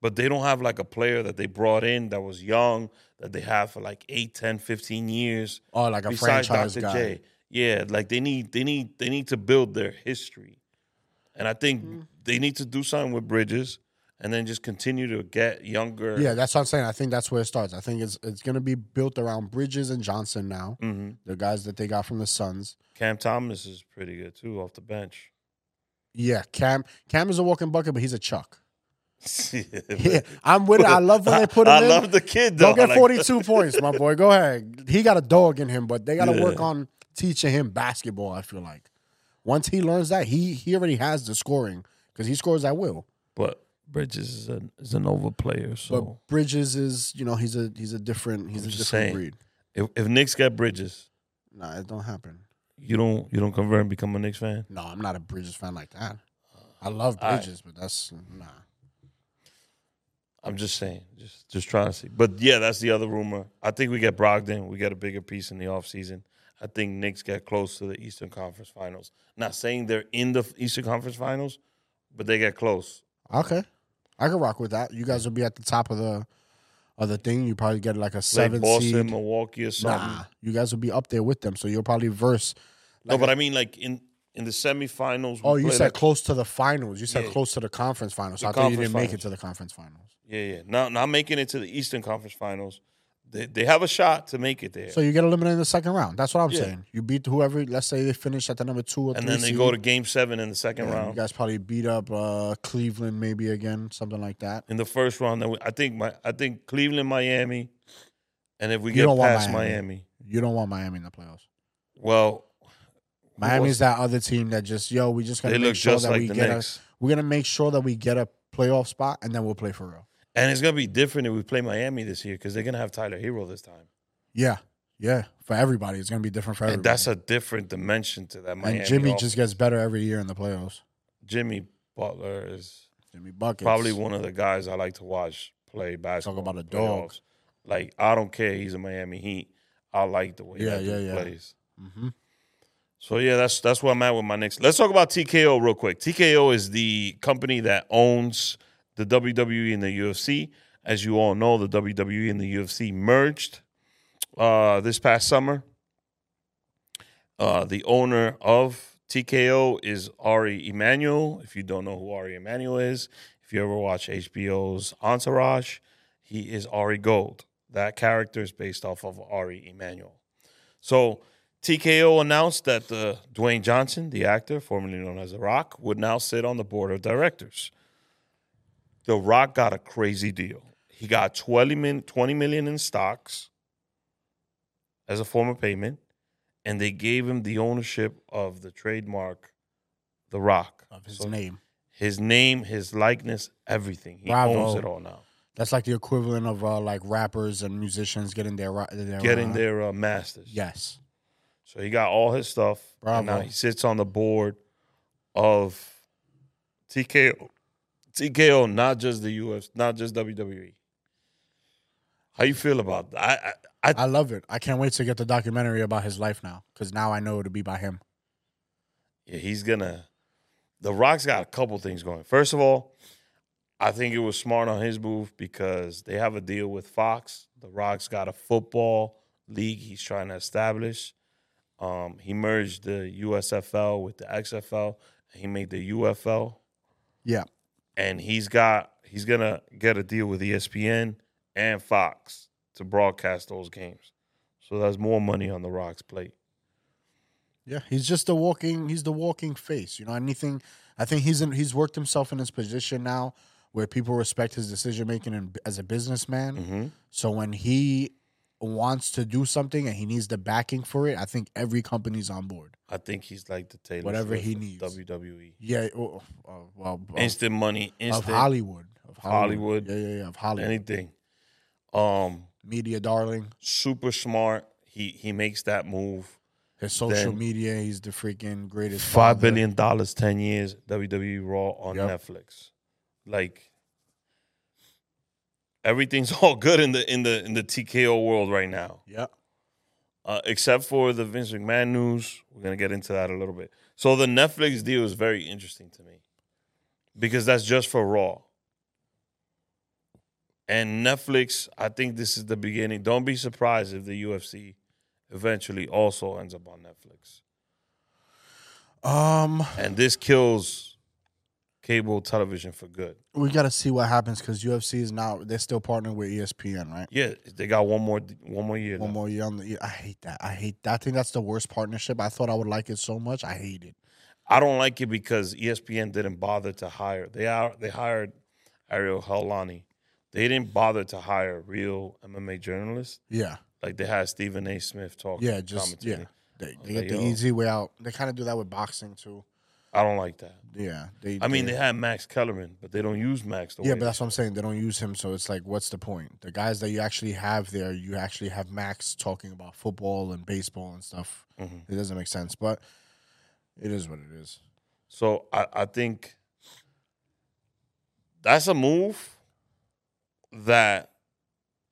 A: but they don't have like a player that they brought in that was young, that they have for like 8, 10, 15 years.
B: Oh, like a
A: besides
B: franchise
A: Dr.
B: guy.
A: J. Yeah, like they need they need they need to build their history. And I think they need to do something with Bridges and then just continue to get younger.
B: Yeah, that's what I'm saying. I think that's where it starts. I think it's it's gonna be built around Bridges and Johnson now,
A: hmm
B: the guys that they got from the Suns.
A: Cam Thomas is pretty good too off the bench.
B: Yeah, Cam Cam is a walking bucket, but he's a chuck.
A: yeah.
B: Yeah, I'm with it. I love when they put him
A: I
B: in.
A: love the kid though.
B: Don't get
A: Like,
B: 42 points, my boy. Go ahead. He got a dog in him, but they got to work
A: Yeah.
B: on teaching him basketball, I feel like. Once he learns that, he he already has the scoring because he scores at will.
A: But Bridges is an is an over player, so
B: But Bridges is, you know, he's a he's a different he's
A: I'm
B: a
A: just
B: different
A: saying.
B: breed.
A: if if Knicks get Bridges,
B: Nah, it don't happen.
A: you don't you don't convert and become a Knicks fan.
B: No, I'm not a Bridges fan like that. I love
A: All right.
B: Bridges, but that's nah.
A: I'm just saying, just just trying to see. But yeah, that's the other rumor. I think we get Brogdon. We get a bigger piece in the offseason. I think Knicks get close to the Eastern Conference Finals. Not saying they're in the Eastern Conference Finals, but they get close.
B: Okay. I can rock with that. You guys will be at the top of the of the thing. You probably get like a
A: Play
B: seven
A: Boston,
B: seed.
A: Milwaukee, or something.
B: Nah, you guys will be up there with them, so you'll probably verse
A: no, but I mean like in in the semifinals. we
B: Oh, you
A: play
B: said
A: like-
B: close to the finals. You said
A: Yeah.
B: close to the conference finals.
A: The
B: I thought you
A: conference
B: didn't make
A: finals.
B: it to the conference finals.
A: yeah, yeah. Now, now making it to the Eastern Conference Finals, they they have a shot to make it there.
B: So you get eliminated in the second round. That's what I'm
A: Yeah.
B: saying. You beat whoever. Let's say they finish at the number two or
A: and
B: three.
A: then they
B: seed,
A: go to Game Seven in the second
B: and You
A: round.
B: guys probably beat up uh, Cleveland, maybe again, something like that.
A: in the first round. That we, I think my I think Cleveland, Miami, and if we
B: You
A: get
B: don't want
A: past Miami.
B: Miami. You don't want Miami in the playoffs.
A: well, who
B: Miami's
A: was-
B: that other team that just yo, we just
A: they
B: gotta
A: look
B: make sure
A: just
B: that we
A: like the
B: get
A: Knicks,
B: a. We're gonna make sure that we get a playoff spot, and then we'll play for real.
A: and it's gonna be different if we play Miami this year because they're gonna have Tyler Hero this time,
B: Yeah, yeah. For everybody, it's gonna be different for everybody.
A: and that's a different dimension to that Miami.
B: and Jimmy
A: offense.
B: just gets better every year in the playoffs.
A: Jimmy Butler is
B: Jimmy buckets
A: probably one of the guys I like to watch play basketball.
B: about
A: in
B: a
A: the
B: dog.
A: playoffs. Like I don't care, he's a Miami Heat. I like the way
B: Yeah,
A: that dude
B: yeah, yeah.
A: plays.
B: Mm-hmm.
A: So yeah, that's that's where I'm at with my next. Let's talk about TKO real quick. TKO is the company that owns the WWE and the UFC. As you all know, the WWE and the UFC merged uh, this past summer. Uh, the owner of TKO is Ari Emanuel. If you don't know who Ari Emanuel is, if you ever watch HBO's Entourage, he is Ari Gold. That character is based off of Ari Emanuel. So TKO announced that the Dwayne Johnson, the actor formerly known as The Rock, would now sit on the board of directors. The Rock got a crazy deal. He got 20 million, 20 million in stocks as a form of payment, and they gave him the ownership of the trademark The Rock.
B: of his
A: So
B: name.
A: His name, his likeness, everything. He
B: Bravo.
A: owns it all now.
B: That's like the equivalent of uh, like rappers and musicians getting their ri- their
A: Getting
B: uh,
A: their uh, masters.
B: Yes,
A: So he got all his stuff. And
B: Bravo.
A: now he sits on the board of TKO. TKO, not just the UFC, not just WWE. How you feel about that? I, I, I,
B: I love it. I can't wait to get the documentary about his life now because now I know it'll be by him.
A: yeah, he's gonna. The Rock's got a couple things going. First of all, I think it was smart on his move because they have a deal with Fox. The Rock's got a football league he's trying to establish. Um, he merged the USFL with the XFL. And he made the UFL
B: Yeah,
A: and he's got he's gonna get a deal with E ESPN and Fox to broadcast those games. So that's more money on the Rock's plate.
B: yeah. He's just the walking. He's the walking face. You know, anything. I think he's in, he's worked himself in his position now where people respect his decision making and as a businessman.
A: Mm-hmm.
B: So when he wants to do something and he needs the backing for it, I think every company's on board.
A: I think he's like the Taylor
B: Whatever
A: Swift
B: he
A: of
B: needs.
A: WWE
B: Yeah, oh, oh, well, of-
A: instant money,
B: of
A: instant
B: Hollywood, of
A: Hollywood.
B: Yeah, yeah, yeah, of Hollywood.
A: anything. Um,
B: Media darling,
A: super smart. He he makes that move.
B: his social
A: Then-
B: media. He's the freaking greatest.
A: Five
B: father.
A: billion dollars, ten years. WWE Raw on
B: Yep.
A: Netflix. Like everything's all good in the in the in the TKO world right now.
B: Yeah,
A: uh, except for the Vince McMahon news. We're gonna get into that a little bit. So the Netflix deal is very interesting to me because that's just for Raw. And Netflix, I think this is the beginning. Don't be surprised if the UFC eventually also ends up on Netflix.
B: um,
A: And this kills cable television for good.
B: we got to see what happens because UFC is now they're still partnering with E ESPN, right?
A: Yeah, they got one more one more year.
B: One
A: left.
B: more year on the. yeah, I hate that. I hate that. I think that's the worst partnership. I thought I would like it so much. I hate it.
A: I don't like it because E ESPN didn't bother to hire. They are they hired Ariel Helwani. They didn't bother to hire real MMA journalists.
B: Yeah,
A: Like they had Stephen A. Smith talk.
B: yeah, just yeah.
A: commentating.
B: They,
A: was
B: they
A: like,
B: get the
A: yo.
B: easy way out. They kind of do that with boxing too.
A: I don't like that.
B: Yeah, they.
A: I mean, they had Max Kellerman, but they don't use Max. The
B: Yeah,
A: way
B: but that's what I'm saying. They don't use him, so it's like, what's the point? The guys that you actually have there, you actually have Max talking about football and baseball and stuff.
A: Mhm.
B: It doesn't make sense, but it is what it is.
A: So I, I think that's a move that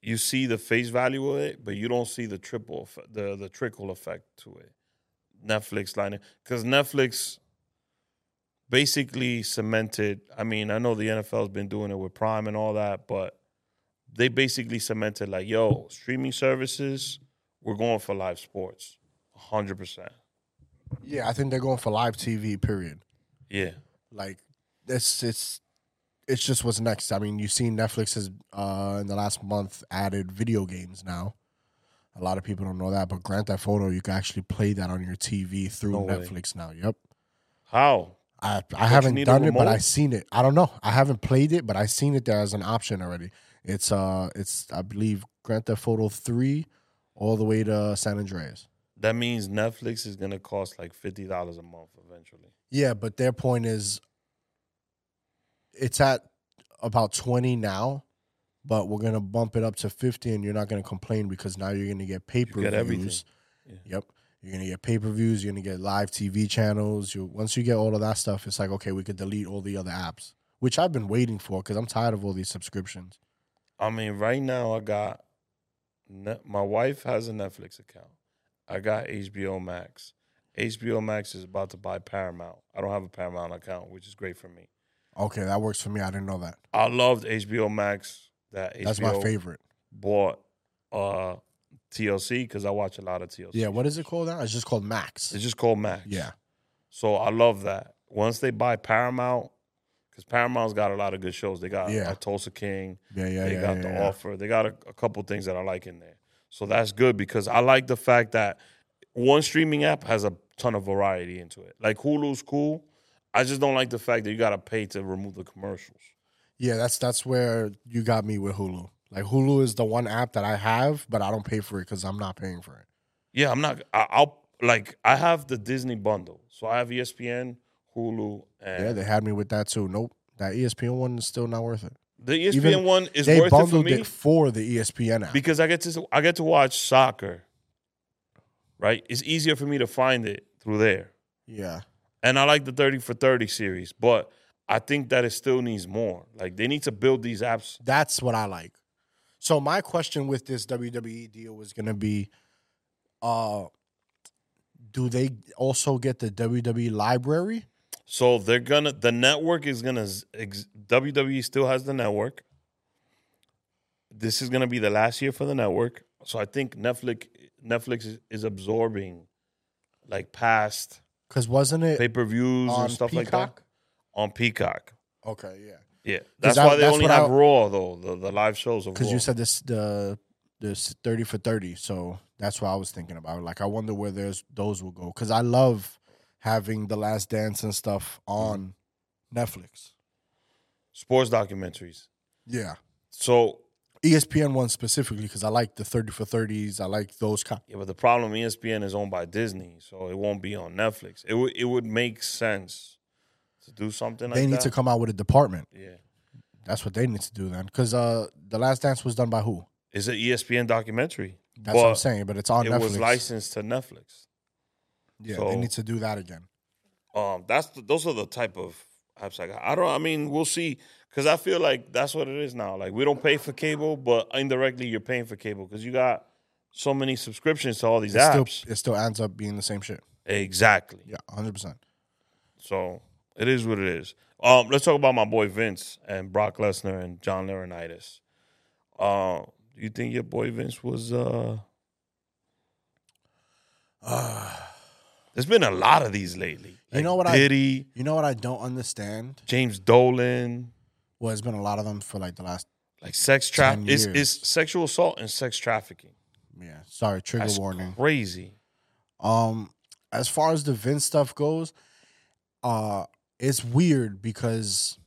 A: you see the face value of it, but you don't see the triple eff- the the trickle effect to it. Netflix lining because Netflix basically cemented. I mean, I know the NFL's been doing it with Prime and all that, but they basically cemented like, yo, streaming services, we're going for live sports, hundred percent.
B: Yeah, I think they're going for live TV. Period.
A: Yeah.
B: Like this, it's it's just what's next. I mean, you've seen Netflix has uh, in the last month added video games now. A lot of people don't know that, but Grand Theft Auto, you can actually play that on your TV through
A: No way.
B: Netflix now. Yep.
A: How?
B: I, I
A: you
B: haven't
A: need a
B: done it, but I
A: remote?
B: seen it. I don't know. I haven't played it, but I seen it there as an option already. It's uh, it's I believe Grand Theft Auto three, all the way to San Andreas.
A: That means Netflix is gonna cost like fifty dollars a month eventually.
B: Yeah, but their point is, it's at about twenty now, but we're gonna bump it up to fifty, and you're not gonna complain because now you're gonna get pay per
A: get everything.
B: views.
A: Yeah.
B: Yep. You're gonna get pay per views. You're gonna get live TV channels. You once you get all of that stuff, it's like okay, we could delete all the other apps, which I've been waiting for because I'm tired of all these subscriptions.
A: I mean, right now I got Net- my wife has a Netflix account. I got HBO Max, HBO Max is about to buy Paramount. I don't have a Paramount account, which is great for me.
B: Okay, that works for me. I didn't know that.
A: I loved HBO Max. That HBO
B: That's my favorite.
A: bought uh, TLC because I watch a lot of TLC.
B: Yeah, what is it called now? It's just called Max.
A: It's just called Max.
B: Yeah.
A: So I love that. Once they buy Paramount, because Paramount's got a lot of good shows. They got
B: Yeah.
A: uh, Tulsa King.
B: Yeah, yeah,
A: they
B: yeah.
A: got
B: yeah,
A: the
B: yeah.
A: offer. They got a, a couple things that I like in there. So that's good because I like the fact that one streaming app has a ton of variety into it. Like Hulu's cool. I just don't like the fact that you gotta pay to remove the commercials.
B: Yeah, that's that's where you got me with Hulu. Like Hulu is the one app that I have, but I don't pay for it because I'm not paying for it.
A: Yeah, I'm not. I, I'll like I have the Disney bundle, so I have E ESPN, Hulu, and
B: Yeah, they had me with that too. Nope, that E ESPN one is still not worth it.
A: the E ESPN
B: even-
A: one is
B: they
A: worth it for
B: bundled
A: me
B: it for the E ESPN app.
A: because I get to I get to watch soccer. Right, it's easier for me to find it through there.
B: yeah,
A: And I like the 30 for 30 series, but I think that it still needs more. Like they need to build these apps.
B: that's what I like. So my question with this WWE deal was gonna be, uh, do they also get the WWE library?
A: So they're gonna the network is gonna z- ex, WWE still has the network. This is gonna be the last year for the network. So I think Netflix Netflix is, is absorbing like past
B: Because wasn't it
A: pay-per-views
B: Eh, on
A: and stuff
B: Peacock?
A: like that on Peacock.
B: Okay, yeah.
A: Yeah. That's
B: that-
A: why they
B: that's
A: only
B: what
A: have
B: I-
A: Raw though, the, the live shows of Raw.
B: Because you said this the this thirty for thirty, so that's what I was thinking about. Like, I wonder where there's those will go. Because I love having the Last Dance and stuff
A: Mm-hmm.
B: on Netflix.
A: sports documentaries.
B: Yeah,
A: So
B: ESPN one specifically because I like the thirty for thirties. I like those. Kind.
A: Yeah, but the problem E ESPN is owned by Disney, so it won't be on Netflix. It would it would make sense to do something like
B: They need
A: that.
B: to come out with a department.
A: yeah.
B: That's what they need to do then. Because uh, the Last Dance was done by who?
A: It's E an ESPN documentary.
B: That's what I'm saying. But it's on
A: It
B: Netflix.
A: was licensed to Netflix.
B: yeah,
A: so-
B: they need to do that again.
A: Um, that's the, those are the type of apps I got. I don't. I mean, we'll see. Because I feel like that's what it is now. Like we don't pay for cable, but indirectly you're paying for cable because you got so many subscriptions to all these
B: It
A: apps.
B: still, it still ends up being the same shit.
A: exactly.
B: Yeah, hundred percent.
A: So it is what it is. Um, let's talk about my boy Vince and Brock Lesnar and John Laurinaitis. Uh, you think your boy Vince was? Uh, there's been a lot of these lately.
B: You know what I-
A: Diddy,
B: You know what I don't understand?
A: James Dolan,
B: Well, it's been a lot of them for like the last
A: like sex traf.
B: 10
A: It's,
B: years.
A: it's sexual assault and sex trafficking.
B: yeah. Sorry, trigger
A: That's
B: warning.
A: crazy.
B: Um, as far as the Vince stuff goes, uh, it's weird because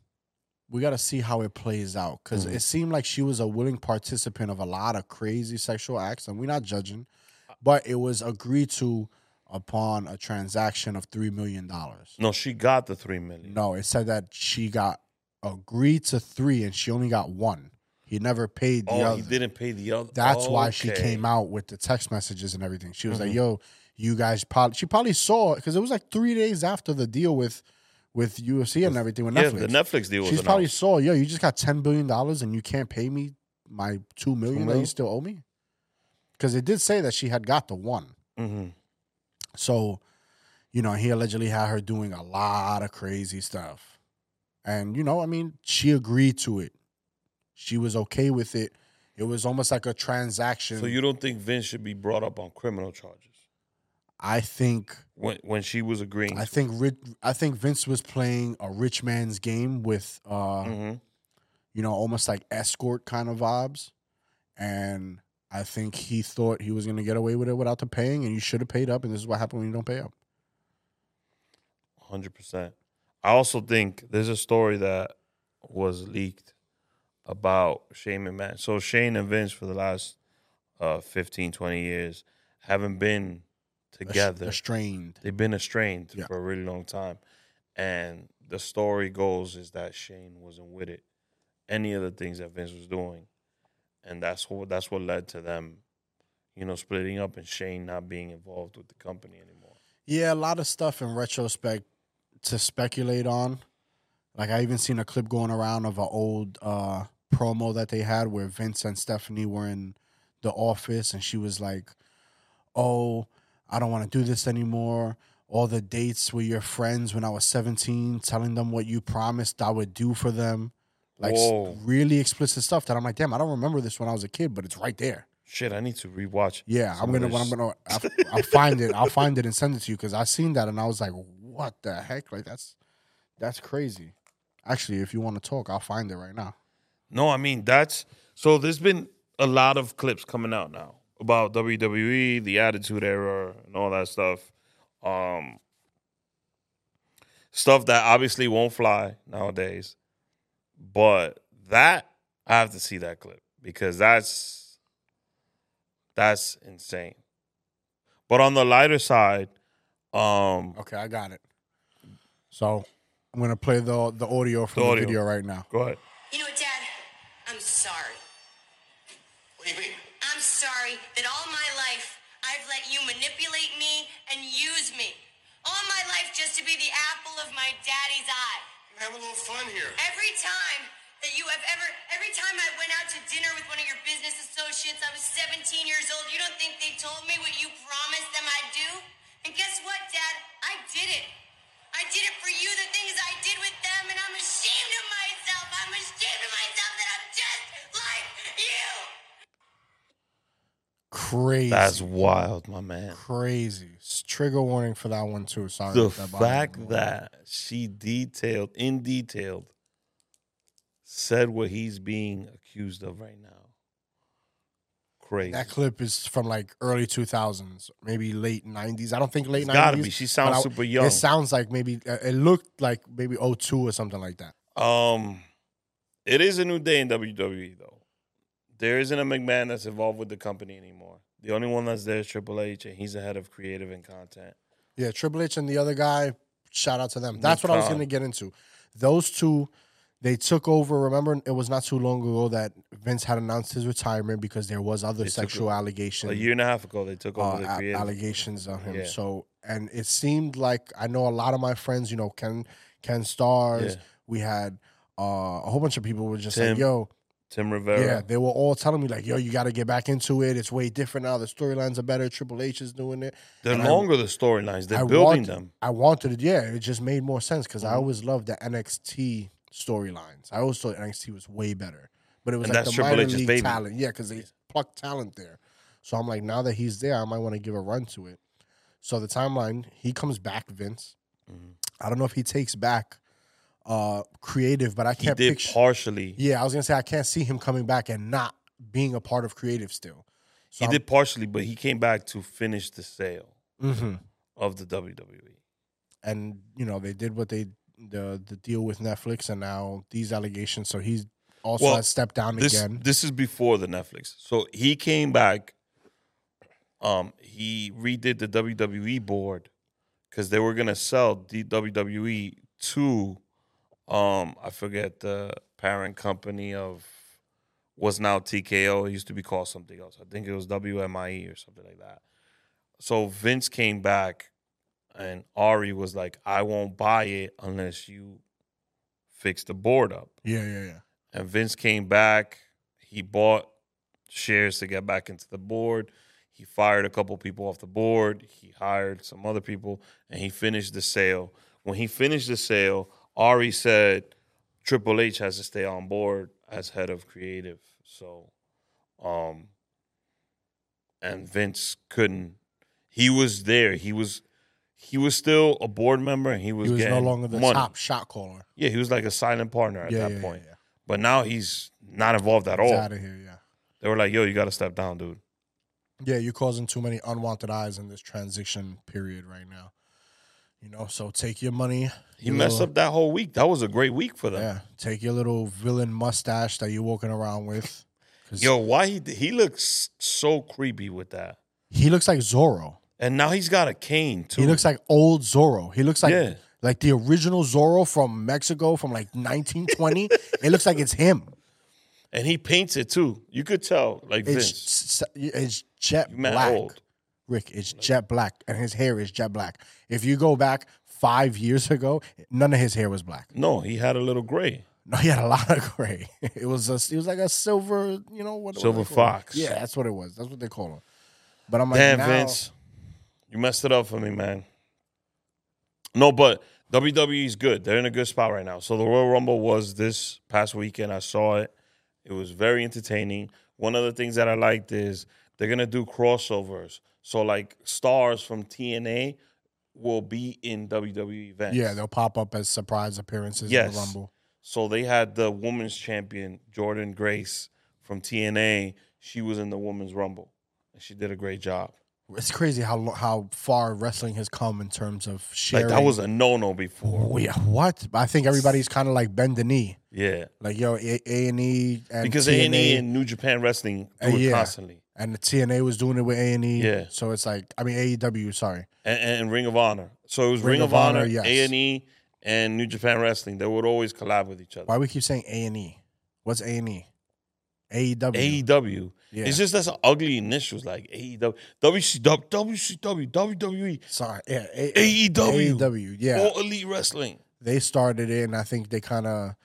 B: we got to see how it plays out because
A: Mhm.
B: it seemed like she was a willing participant of a lot of crazy sexual acts, and we're not judging,
A: Uh,
B: but it was agreed to upon a transaction of three million dollars.
A: No, she got the three million.
B: No, it said that she got agreed to three, and she only got one. He never paid the
A: oh,
B: other.
A: he didn't pay the other.
B: That's why she came
A: out.
B: out with the text messages and everything. She was
A: Mhm.
B: like, "Yo, you guys probably she probably saw because it was like three days after the deal with with UFC and everything with
A: Yeah,
B: Netflix.
A: the Netflix deal was
B: She's probably
A: announced.
B: saw, yo, you just got ten billion dollars and you can't pay me my two million that
A: million?
B: you still owe me because it did say that she had got the one.
A: Mhm.
B: So, you know, he allegedly had her doing a lot of crazy stuff. And, you know, I mean, she agreed to it. She was okay with it. It was almost like a transaction.
A: So you don't think Vince should be brought up on criminal charges?
B: I think
A: when when she was agreeing.
B: I think Ri- I think Vince was playing a rich man's game with uh
A: Mhm.
B: you know almost like escort kind of vibes and I think he thought he was going to get away with it without the paying and you should have paid up and this is what happened when you don't pay up.
A: 100%. I also think there's a story that was leaked about Shane and Matt. So Shane and Vince for the last uh, 15, 20 years haven't been
B: Ast-
A: together.
B: Estranged.
A: They've been estranged
B: Yeah.
A: for a really long time. And the story goes is that Shane wasn't with it. Any of the things that Vince was doing. And that's what that's what led to them, you know, splitting up and Shane not being involved with the company anymore.
B: Yeah, a lot of stuff in retrospect to speculate on. Like I even seen a clip going around of an old uh, promo that they had where Vince and Stephanie were in the office, and she was like, "Oh, I don't want to do this anymore. all the dates with your friends when I was 17, telling them what you promised I would do for them. Like s-
A: Whoa.
B: really explicit stuff that I'm like, damn, I don't remember this when I was a kid, but it's right there.
A: Shit, I need to rewatch.
B: Yeah,
A: Some
B: I'm
A: of
B: gonna. When I'm
A: this-
B: gonna. I'll, I'll find it. I'll find it and send it to you because I seen that and I was like, "What the heck? Like that's, that's crazy." Actually, if you want to talk, I'll find it right now.
A: No, I mean that's so. There's been a lot of clips coming out now about WWE, the Attitude Era, and all that stuff. Um, stuff that obviously won't fly nowadays, but that I have to see that clip because that's that's insane. But on the lighter side, um,
B: Okay, I got it. So I'm gonna play the the audio from
A: The
B: the,
A: audio.
B: video right now.
A: go ahead.
C: You know, Dad, I'm sorry.
D: What do you mean?
C: I'm sorry that all my life I've let you manipulate me and use me. All my life just to be the apple of my daddy's eye.
D: I'm having a little fun here.
C: Every time that you have ever, every time I went out to dinner with one of your business associates, I was 17 years old. You don't think they told me what you promised them I'd do? And guess what, Dad? I did it. I did it for you, the things I did with them, and I'm ashamed of myself. I'm ashamed of myself that I'm just like you.
B: Crazy,
A: That's wild, my man.
B: crazy. S- Trigger warning for that one too. Sorry.
A: the
B: if bothered
A: fact
B: anyone.
A: that she detailed in detailed said what he's being accused of right now crazy
B: that clip is from like early 2000s, maybe late 90s. I don't think late
A: It's
B: 90s.
A: gotta be. She sounds
B: but I-
A: super young.
B: It sounds like maybe uh, it looked like maybe 02 or something like that.
A: um it is a new day in wwe though there isn't a mcmahon that's involved with the company anymore the only one that's there is triple h and he's the head of creative and content
B: Yeah, Triple H and the other guy, shout out to them. That's
A: Nick
B: what I was
A: Khan.
B: going to get into. Those two, they took over. Remember, it was not too long ago that Vince had announced his retirement because there was other
A: They took
B: sexual
A: a
B: allegations.
A: year and a half ago they took
B: uh,
A: over the
B: a-
A: creative
B: allegations on him.
A: Yeah.
B: So, and it seemed like I know a lot of my friends, you know, Ken Ken Stars.
A: Yeah.
B: We had uh, a whole bunch of people were just
A: Tim
B: like, "Yo,
A: tim
B: yeah."
A: rivera
B: They were all telling me like, "Yo, you got to get back into it. It's way different now. The storylines are better. Triple H is doing it.
A: the
B: And I-
A: longer the storylines they're
B: I
A: building
B: wanted,
A: them Mm-hmm.
B: I wanted it. Yeah, it just made more sense because I always loved the NXT storylines. I always thought NXT was way better, but it was
A: And
B: like
A: that's
B: the minor
A: Triple H's
B: league
A: baby.
B: talent. Yeah, because they plucked talent there. So I'm like, now that he's there, I might want to give a run to it. So the timeline, he comes back, Vince.
A: Mm-hmm.
B: I don't know if he takes back uh creative, but I
A: he
B: can't
A: did
B: picture.
A: partially
B: yeah, I was gonna say I can't see him coming back and not being a part of creative still. So
A: He
B: I'm-
A: did partially, but he came back to finish the sale
B: Mhm.
A: of the E. WWE.
B: and you know they did what they the the deal with Netflix, and now these allegations. So he's also
A: Well,
B: has stepped down
A: This
B: again.
A: this is before the Netflix. So he came back. Um, he redid the WWE board because they were gonna sell the WWE to, um, I forget the parent company of was now TKO. It used to be called something else. I think it was WMIE or something like that. So Vince came back, and Ari was like, "I won't buy it unless you fix the board up."
B: Yeah, yeah, yeah.
A: And Vince came back. He bought shares to get back into the board. He fired a couple people off the board. He hired some other people and he finished the sale. When he finished the sale, Ari said Triple H has to stay on board as head of creative. So, um, and Vince couldn't. He was there. He was, he was still a board member, and he was,
B: He was no
A: getting
B: longer the
A: money.
B: top shot caller
A: Yeah, he was like a silent partner at
B: yeah,
A: that
B: yeah,
A: point. Oh.
B: Yeah,
A: But now he's not involved at
B: yeah.
A: all.
B: He's out of here. Yeah,
A: They were like, yo, you got to step down, dude.
B: yeah. You're causing too many unwanted eyes in this transition period right now. You know, so take your money.
A: He messed up that whole week. That was a great week for them.
B: Yeah, take your little villain mustache that you're walking around with. 'Cause
A: Yo, why he he looks so creepy with that.
B: he looks like Zorro.
A: And now he's got a cane too.
B: He looks like old Zorro. He looks like
A: Yeah.
B: like the original Zorro from Mexico from like 1920. it looks like it's him.
A: and he paints it too. You could tell, like
B: It's
A: Vince,
B: s- it's jet
A: you mad
B: black.
A: old.
B: Rick, it's jet black, and his hair is jet black. If you go back five years ago, none of his hair was black.
A: No, he had a little gray.
B: No, he had a lot of gray. It was a, it was like a silver, you know what? what
A: Silver
B: they call 'em.
A: fox.
B: Yeah, that's what it was. That's what they call him. But I'm like,
A: Damn,
B: now,
A: Vince, you messed it up for me, man. No, but WWE is good. They're in a good spot right now. So the Royal Rumble was this past weekend. I saw it. It was very entertaining. One of the things that I liked is they're gonna do crossovers. So like stars from TNA will be in WWE events.
B: Yeah, they'll pop up as surprise appearances in
A: Yes.
B: the Rumble.
A: So they had the women's champion Jordan Grace from TNA. She was in the women's Rumble, and she did a great job.
B: It's crazy how lo- how far wrestling has come in terms of sharing.
A: Like that was a no no before.
B: Oh, yeah, what? I think everybody's kind of like bend the knee.
A: Yeah,
B: Like yo, A and E and
A: because A
B: TNA,
A: and E and New Japan Wrestling do
B: Uh,
A: it
B: yeah.
A: constantly.
B: and the TNA was doing it with A and E.
A: Yeah.
B: So it's like I mean AEW. Sorry.
A: and, and Ring of Honor. So it was Ring, of, Honor,
B: yes.
A: A and E, and New Japan Wrestling. They would always collab with each other.
B: Why we keep saying A and E? What's A and E? AEW.
A: AEW.
B: Yeah.
A: E It's just that's ugly initials like E AEW, WCW, WCW, WWE,
B: Sorry. Yeah. A-
A: E AEW.
B: AEW. Yeah.
A: E. All Elite Wrestling.
B: they started it, and I think they kind of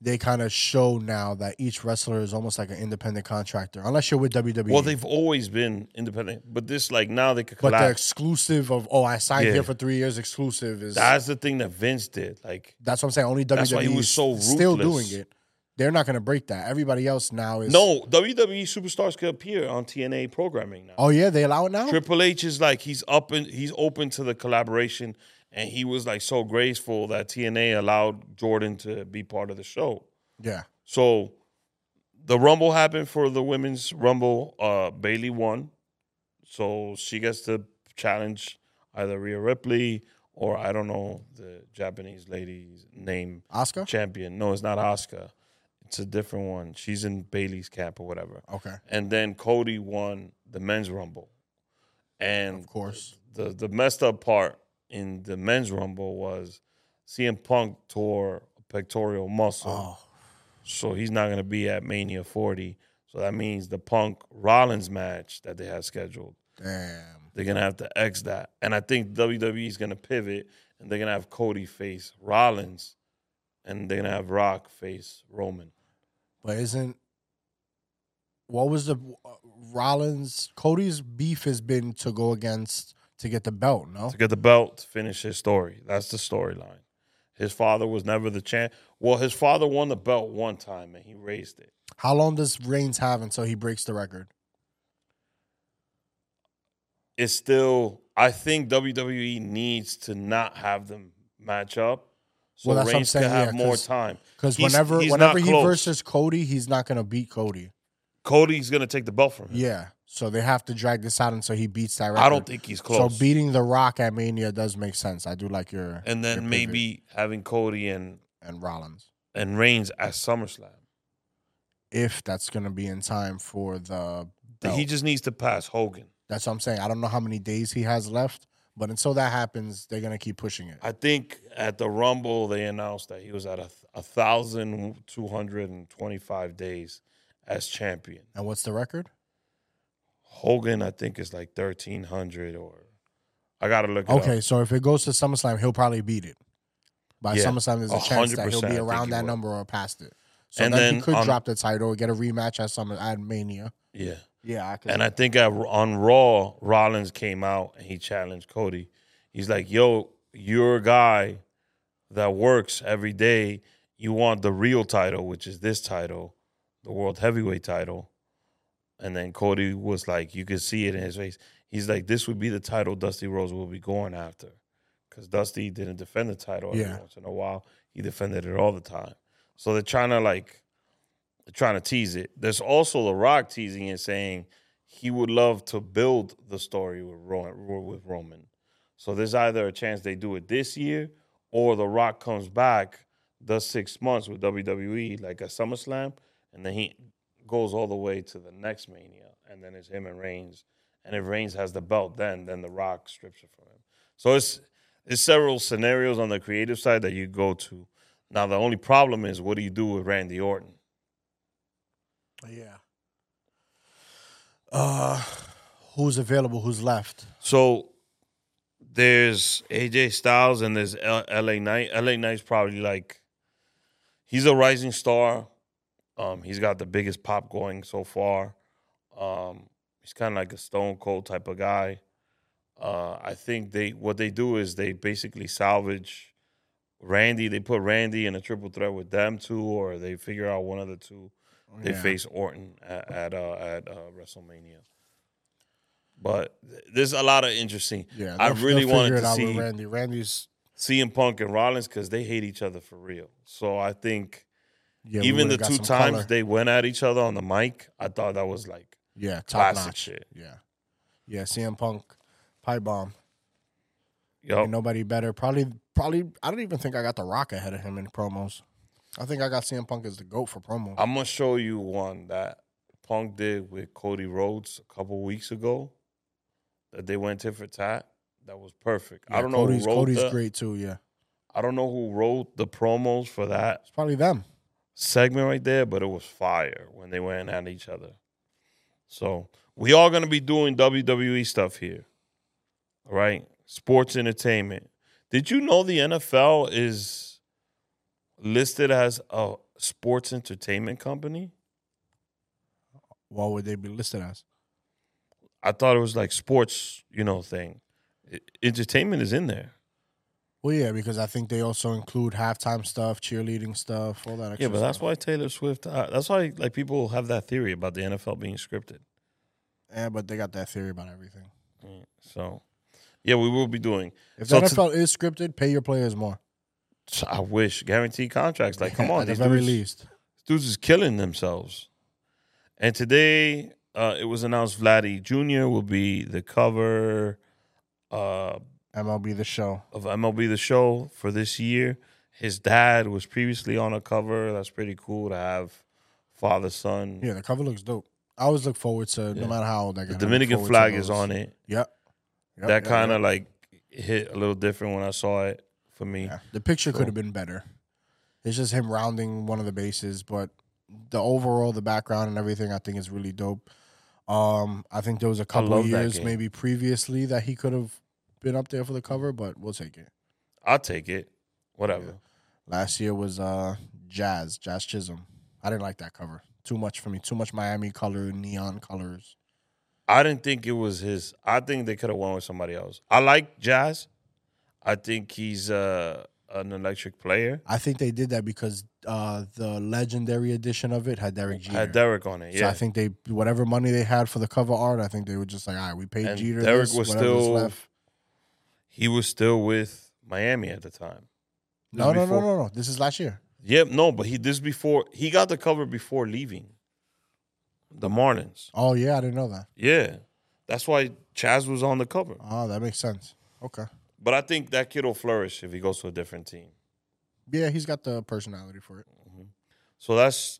B: they kind of show now that each wrestler is almost like an independent contractor, unless you're with E. WWE.
A: Well, they've always been independent, but this like now they could
B: but the
A: collab.
B: exclusive of oh, I signed
A: Yeah.
B: here for three years. Exclusive is
A: that's
B: that's,
A: the thing that Vince did. Like,
B: what I'm saying. Only WWE
A: why he was
B: is
A: so
B: still doing
A: ruthless.
B: it. They're not going to break that. Everybody else now is
A: no WWE superstars could appear on TNA programming now.
B: Oh yeah, they allow it now.
A: Triple H is like he's up and he's open to the collaboration, and he was like so graceful that TNA allowed Jordan to be part of the show.
B: Yeah,
A: So the Rumble happened for the women's Rumble. Uh, Bailey won, so she gets to challenge either Rhea Ripley or I don't know the Japanese lady's name
B: Oscar.
A: champion. No, it's not Asuka. It's a different one. She's in Bailey's camp or whatever.
B: Okay,
A: And then Cody won the men's rumble. And
B: of course.
A: the the messed up part in the men's rumble was CM Punk tore a pectoral muscle,
B: Oh,
A: so he's not gonna be at Mania 40. So that means the Punk Rollins match that they had scheduled,
B: damn.
A: they're gonna have to X that. And I think WWE is gonna pivot and they're gonna have Cody face Rollins, and they're gonna have Rock face Roman.
B: But isn't what was the Rollins Cody's beef has been to go against to get the belt? No,
A: to get the belt to finish his story. That's the storyline. His father was never the champ. Well, his father won the belt one time and he raised it.
B: how long does Reigns have until he breaks the record?
A: It's still, I think WWE needs to not have them match up so
B: Well, that's what I'm
A: Reigns
B: saying,
A: can have
B: yeah,
A: more
B: 'cause-
A: time.
B: Because
A: He's-
B: whenever
A: he's
B: whenever
A: not
B: he
A: close.
B: versus Cody, he's not gonna beat Cody.
A: Cody's gonna take the belt from him.
B: Yeah, so they have to drag this out until he beats that record.
A: I don't think he's close.
B: So beating The Rock at Mania does make sense. I do like your
A: and then
B: your preview.
A: maybe having Cody and
B: and Rollins
A: and Reigns at SummerSlam.
B: if that's gonna be in time for the belt.
A: He just needs to pass Hogan.
B: That's what I'm saying. I don't know how many days he has left, but until that happens, they're gonna keep pushing it.
A: I think at the Rumble they announced that he was at a, a thousand two hundred and twenty-five days as champion.
B: And what's the record?
A: Hogan, I think, is like thirteen hundred or I gotta look. It
B: Okay, so if it goes to SummerSlam, he'll probably beat it. By
A: Yeah,
B: SummerSlam, there's a chance that he'll
A: 100%, I
B: be
A: think
B: around
A: he
B: that
A: will.
B: number or past it. So
A: And
B: then, he
A: then
B: could
A: on-
B: drop the title, get a rematch at Summer at Mania.
A: yeah.
B: Yeah, I could.
A: And I think at, on Raw, Rollins came out and he challenged Cody. He's like, "Yo, you're a guy that works every day. You want the real title, which is this title, the world heavyweight title." And then Cody was like, "You could see it in his face. He's like, this would be the title Dusty Rose will be going after, because Dusty didn't defend the title every
B: Yeah.
A: once in a while. He defended it all the time. So they're trying to like." they're trying to tease it. There's also The Rock teasing and saying he would love to build the story with Ro- with Roman. So there's either a chance they do it this year, or The Rock comes back, does six months with WWE like a SummerSlam, and then he goes all the way to the next Mania, and then it's him and Reigns. And if Reigns has the belt, then then The Rock strips it from him. So it's it's several scenarios on the creative side that you go to. Now the only problem is what do you do with Randy Orton?
B: yeah. Uh, who's available? Who's left?
A: So there's AJ Styles and there's L- LA Knight. LA Knight's probably like he's a rising star. Um, he's got the biggest pop going so far. Um, he's kind of like a Stone Cold type of guy. uh, I think they what they do is they basically salvage Randy. They put Randy in a triple threat with them two, or they figure out one of the two. They
B: Oh, Yeah.
A: face Orton at at, uh, at uh, WrestleMania. But th- there's a lot of interesting.
B: Yeah,
A: I
B: they'll- they'll
A: really
B: figure
A: wanted
B: it
A: to
B: out
A: see
B: with Randy. Randy's
A: CM Punk and Rollins because they hate each other for real. So I think
B: yeah, we
A: even the
B: would've got
A: two
B: some
A: times
B: color.
A: they went at each other on the mic, I thought that was like
B: yeah, top
A: classic
B: notch.
A: shit.
B: Yeah, yeah, CM Punk, pipe bomb.
A: Yup. Oh.
B: Ain't nobody better. Probably, probably. I don't even think I got the Rock ahead of him in promos. I think I got CM Punk as the goat for promos.
A: I'm gonna show you one that Punk did with Cody Rhodes a couple weeks ago. That they went tit for tat. That was perfect. I
B: Yeah,
A: don't know
B: Cody's,
A: who wrote
B: Cody's
A: the,
B: great too. Yeah,
A: I don't know who wrote the promos for that
B: it's probably them.
A: segment right there, but it was fire when they went at each other. So we are gonna be doing WWE stuff here. All right. Sports entertainment. Did you know the NFL is listed as a sports entertainment company?
B: What would they be listed as?
A: I thought it was like sports, you know, thing. E- entertainment is in there.
B: Well, yeah, because I think they also include halftime stuff, cheerleading stuff, all that. Extra
A: Yeah, but that's
B: stuff.
A: why Taylor Swift. Uh, that's why like people have that theory about the NFL being scripted.
B: Yeah, Eh, but they got that theory about everything.
A: So, yeah, we will be doing.
B: If
A: So
B: the
A: to-
B: NFL is scripted, pay your players more.
A: I wish guaranteed contracts. Like, come on,
B: at the
A: these
B: very
A: dudes,
B: least.
A: dudes is killing themselves. And today, uh, it was announced Vladdy Jr. will be the cover uh,
B: MLB the show.
A: of MLB The Show for this year. His dad was previously on a cover. That's pretty cool to have father son.
B: Yeah, the cover looks dope. I always look forward to
A: Yeah.
B: no matter how old I get.
A: The Dominican flag is on it.
B: Yep. Yep,
A: that
B: yep,
A: kind
B: yep.
A: of like hit a little different when I saw it for me.
B: Yeah. The picture
A: So-
B: could have been better. It's just him rounding one of the bases, but the overall, the background and everything, I think is really dope. Um, I think there was a couple
A: love
B: of
A: that
B: years
A: game.
B: maybe previously that he could have been up there for the cover, but we'll take it.
A: I'll take it. Whatever.
B: Last year was uh Jazz, Jazz Chisholm. I didn't like that cover. Too much for me. Too much Miami color, neon colors.
A: I didn't think it was his. I think they could have went with somebody else. I like Jazz. I think he's uh, an electric player.
B: I think they did that because uh the legendary edition of it had Derek
A: I
B: Jeter.
A: had Derek on it. Yeah.
B: So I think they whatever money they had for the cover art, I think they were just like, all right, we paid
A: And
B: Jeter.
A: Derek
B: this,
A: was
B: whatever's
A: still-
B: left.
A: he was still with Miami at the time. This
B: No,
A: was
B: no, no,
A: before-
B: no, no. This is last year.
A: Yep, no, but he this before he got the cover before leaving the Marlins.
B: Oh yeah, I didn't know that.
A: Yeah, that's why Chaz was on the cover.
B: Oh, that makes sense. Okay.
A: But I think that kid will flourish if he goes to a different team.
B: Yeah, he's got the personality for it.
A: So that's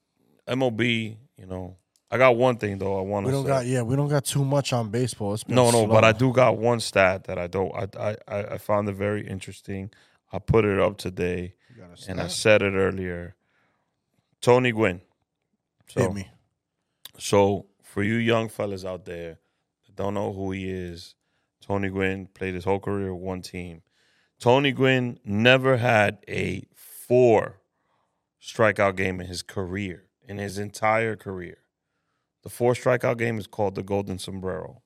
A: MLB. You know, I got one thing though. I want
B: We
A: to.
B: don't
A: say.
B: got yeah, we don't got too much on baseball. It's been
A: no, no, but
B: slow.
A: I do got one stat that I don't. I I I- I found it very interesting. I put it up today,
B: You got a
A: and I
B: stat?
A: said it earlier. Tony Gwynn. So
B: hit me.
A: So for you young fellas out there that don't know who he is, Tony Gwynn played his whole career with one team. Tony Gwynn never had a four strikeout game in his career, in his entire career. The four strikeout game is called the Golden Sombrero.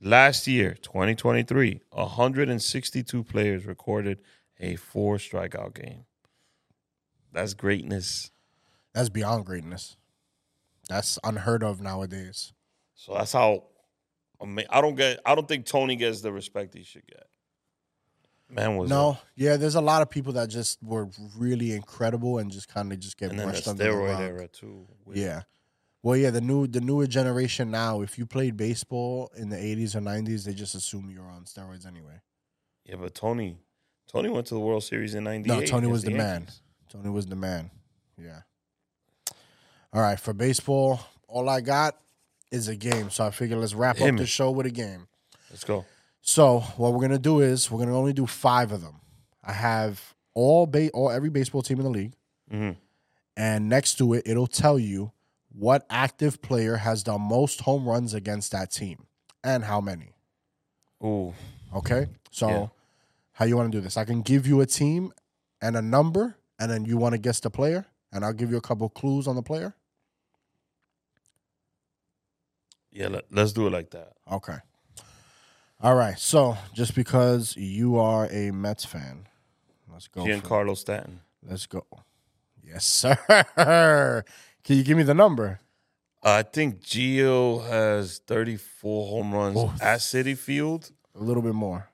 A: Last year, 2023, 162 players recorded a four strikeout game. That's greatness.
B: That's beyond greatness. That's unheard of nowadays.
A: So that's how. I mean, I don't get. I don't think Tony gets the respect he should get. Man was
B: no, yeah, there's a lot of people that just were really incredible and just kind of just
A: a-
B: get
A: and then the
B: brushed under the
A: steroid
B: rug.
A: era too. with-
B: Yeah. Well, yeah, the new the newer generation now, if you played baseball in the 80s or 90s, they just assume you're on steroids anyway.
A: yeah, but Tony, Tony went to the World Series in '98.
B: No, Tony was the, man.
A: Yankees.
B: Tony was the man. Yeah. All right, for baseball, all I got is a game, so I figure let's wrap
A: Hit
B: up
A: me.
B: the show with a game.
A: Let's go.
B: So what we're gonna do is we're gonna only do five of them. I have all ba- all every baseball team in the league,
A: Mhm.
B: and next to it, it'll tell you what active player has the most home runs against that team and how many.
A: Ooh,
B: Okay, so
A: Yeah.
B: how you want to do this? I can give you a team and a number, and then you want to guess the player, and I'll give you a couple clues on the player.
A: yeah. Let, us do it like that.
B: Okay. All right. So just because you are a Mets fan, let's go. for-
A: Giancarlo Stanton.
B: let's go. Yes, sir. Can you give me the number?
A: I think Gio has 34 home runs at City Field.
B: A little bit more.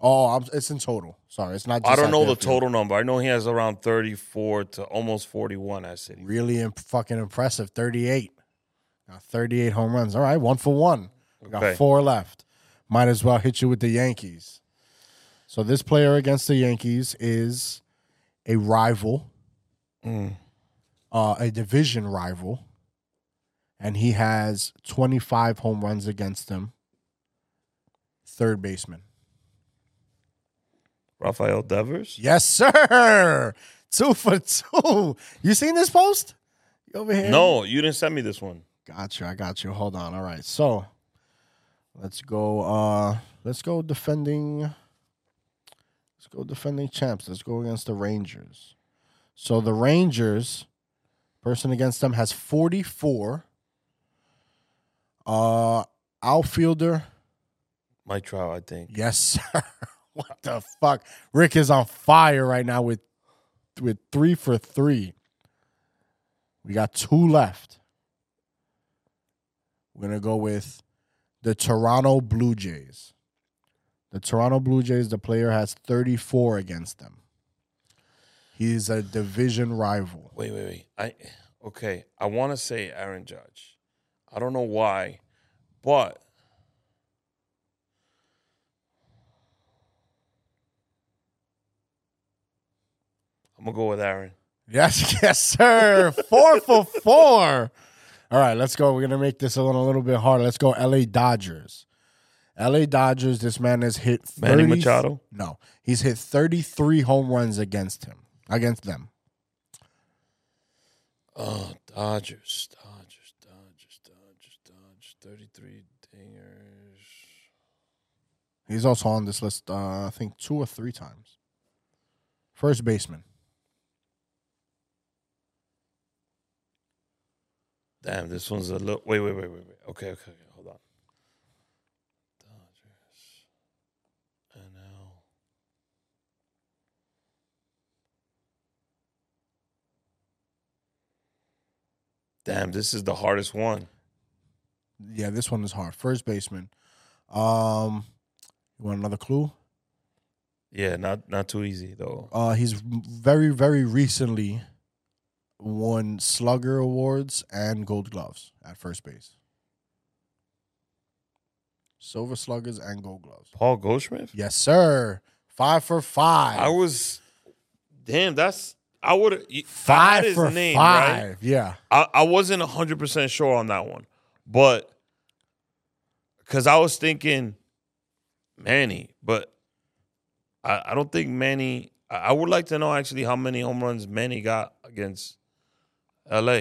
B: Oh, I'm, it's in total. Sorry, it's not. Just
A: I don't
B: at
A: know
B: their
A: the
B: field.
A: total number. I know he has around 34 to almost 41 at City. Field.
B: Really imp- fucking impressive. Thirty-eight. Got thirty-eight home runs. All right, one for one. We got
A: Okay.
B: four left. Might as well hit you with the Yankees. So this player against the Yankees is a rival,
A: Mm.
B: uh, a division rival, and he has twenty-five home runs against him. Third baseman.
A: Rafael Devers?
B: Yes, sir. Two for two. You seen this post? You over here?
A: No, you didn't send me this one.
B: Got you. I got you. Hold on. All right. So let's go. Uh let's go defending. Let's go defending champs. Let's go against the Rangers. So the Rangers, person against them has 44. Uh outfielder.
A: Mike Trout, I think.
B: Yes, sir. What the fuck? Rick is on fire right now with with three for three. We got two left. We're gonna go with the Toronto Blue Jays. The Toronto Blue Jays, the player has 34 against them. He's a division rival.
A: Wait, wait, wait. I okay. I want to say Aaron Judge. I don't know why, but I'm gonna go with Aaron.
B: Yes, yes, sir. four for four. All right, let's go. We're gonna make this one a little bit harder. Let's go, LA Dodgers. LA Dodgers. This man has hit 30,
A: Manny Machado?
B: No, he's hit thirty-three home runs against him. Against them.
A: Oh, Dodgers, Dodgers, Dodgers, Dodgers, Dodgers. Thirty-three dingers.
B: He's also on this list. Uh, I think two or three times. First baseman.
A: Damn, this one's a little. Wait, wait, wait, wait, wait. Okay, okay, okay. Hold on. Dodgers. NL. Damn, this is the hardest one.
B: Yeah, this one is hard. First baseman. Um, you want another clue?
A: Yeah, not not too easy though.
B: Uh, he's very, very recently won Slugger awards and Gold Gloves at first base. Silver Sluggers and Gold Gloves.
A: Paul Goldschmidt.
B: Yes, sir. Five for five.
A: I was. Damn, that's I would
B: five
A: his
B: for
A: name,
B: five.
A: right?
B: Yeah.
A: I, I wasn't 100% sure on that one, but because I was thinking Manny, but I, I don't think Manny. I, I would like to know actually how many home runs Manny got against LA.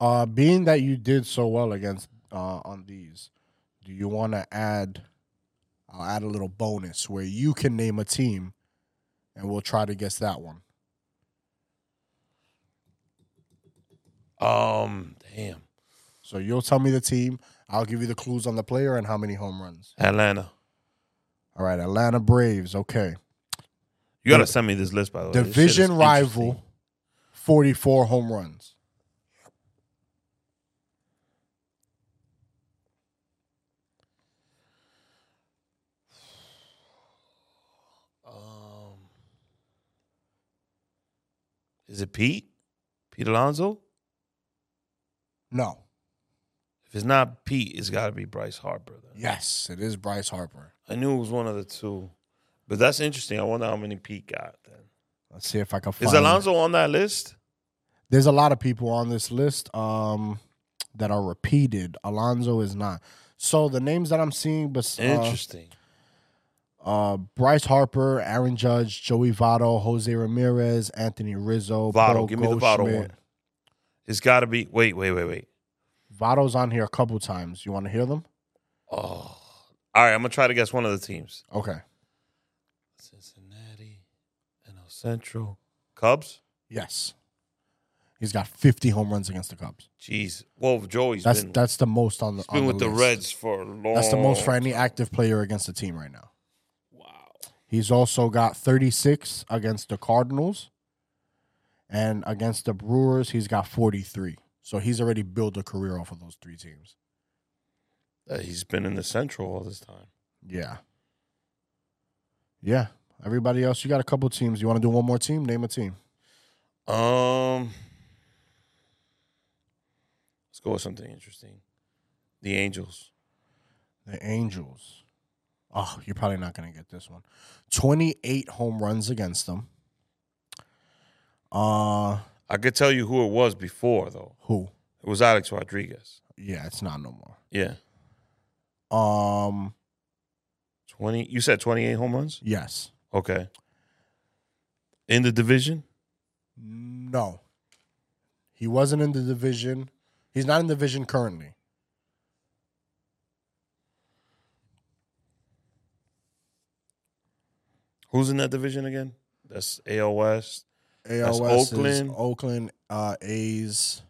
B: Uh, being that you did so well against uh, on these, do you want to add? I'll add a little bonus where you can name a team, and we'll try to guess that one.
A: Um, damn.
B: So you'll tell me the team. I'll give you the clues on the player and how many home runs.
A: Atlanta.
B: All right, Atlanta Braves. Okay,
A: You got to send me this list, by the way. Oh, This shit is
B: division rival,
A: interesting.
B: forty-four home runs.
A: Um, is it Pete? Pete Alonso?
B: No,
A: If it's not Pete, it's got to be Bryce Harper. Then.
B: yes, it is Bryce Harper.
A: I knew it was one of the two. But that's interesting. I wonder how many Pete got then.
B: Let's see if I can find.
A: Is Alonzo on that list?
B: There's a lot of people on this list um, that are repeated. Alonzo is not. So the names that I'm seeing, bes- uh,
A: Interesting.
B: uh, Bryce Harper, Aaron Judge, Joey Votto, Jose Ramirez, Anthony Rizzo,
A: Votto,
B: Paul
A: give me the Votto
B: Goldschmidt.
A: one. it's got to be. Wait, wait, wait, wait.
B: Votto's on here a couple times. You want to hear them?
A: Oh. All right, I'm going to try to guess one of the teams
B: Okay.
A: Cincinnati, NL Central, Cubs.
B: Yes. He's got 50 home runs against the Cubs.
A: Jeez. Well, Joey's
B: That's
A: been,
B: that's the most on the.
A: been
B: on
A: with the,
B: list.
A: Reds for a long.
B: That's the most for any active player against the team right now.
A: Wow.
B: He's also got 36 against the Cardinals, and against the Brewers, he's got 43. So he's already built a career off of those three teams.
A: Uh, he's been in the Central all this time.
B: Yeah. Yeah. Everybody else, you got a couple teams. You want to do one more team? Name a team.
A: Um, let's go with something interesting. The Angels.
B: The Angels. Oh, you're probably not going to get this one. 28 home runs against them. Uh,
A: I could tell you who it was before though.
B: who?
A: It was Alex Rodriguez.
B: Yeah, it's not no more.
A: Yeah,
B: Um,
A: twenty. You said twenty-eight home runs.
B: yes.
A: Okay. In the division.
B: No. He wasn't in the division. He's not in the division currently.
A: Who's in that division again? That's AL West.
B: AL
A: That's
B: West
A: Oakland.
B: Oakland. Oakland uh, A's.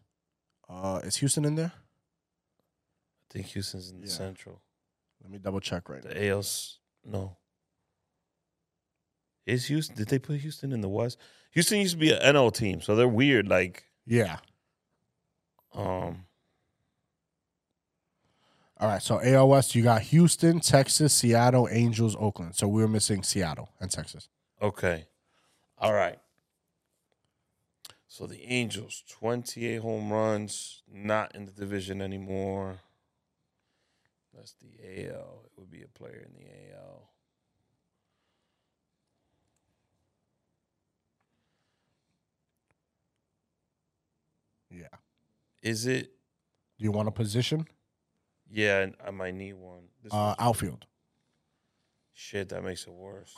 B: Uh, is Houston in there?
A: I think Houston's in the
B: Yeah.
A: Central.
B: Let me double check right now.
A: The ALs. No. Is Houston? Did they put Houston in the West? Houston used to be an NL team, so they're weird. Like,
B: Yeah.
A: um,
B: All right. So AL West, you got Houston, Texas, Seattle, Angels, Oakland. So we were missing Seattle and Texas.
A: Okay. All right. So the Angels, 28 home runs, not in the division anymore. That's the AL. It would be a player in the AL.
B: Yeah.
A: Is it?
B: Do you want a position?
A: Yeah, I might need one. This
B: Uh, outfield.
A: Shit, that makes it worse.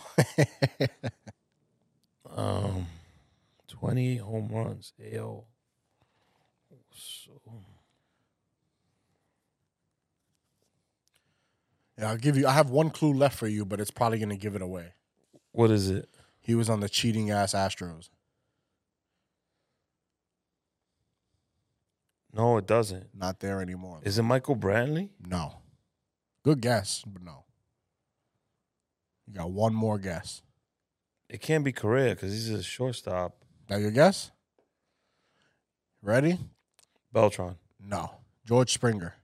A: Um, 28 home runs. AL. So,
B: yeah, I'll give you. I have one clue left for you, but it's probably gonna give it away.
A: what is it?
B: He was on the cheating ass Astros.
A: No, it doesn't.
B: Not there anymore.
A: Is it Michael Brantley?
B: No. Good guess, but no. You got one more guess.
A: It can't be Correa because he's a shortstop.
B: That your guess? Ready?
A: Beltron.
B: No. George Springer.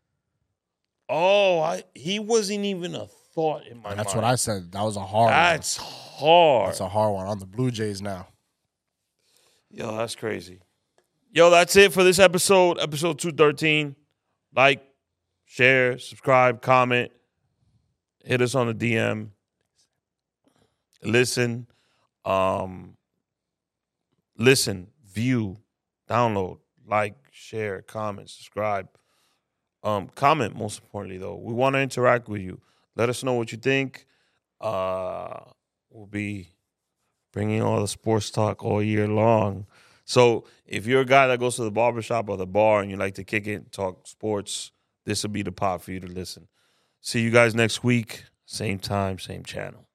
A: Oh, I, he wasn't even a thought in my
B: That's
A: mind.
B: what I said. That was a hard
A: That's hard.
B: one. That's a hard one. On the Blue Jays now.
A: Yo, that's crazy. Yo, that's it for this episode, episode 213. Like, share, subscribe, comment, hit us on the DM. Listen, um, listen, view, download, like, share, comment, subscribe. Um, comment most importantly though. We want to interact with you. Let us know what you think. Uh, we'll be bringing all the sports talk all year long. So if you're a guy that goes to the barbershop or the bar and you like to kick it, talk sports, this will be the pod for you to listen. See you guys next week, same time, same channel.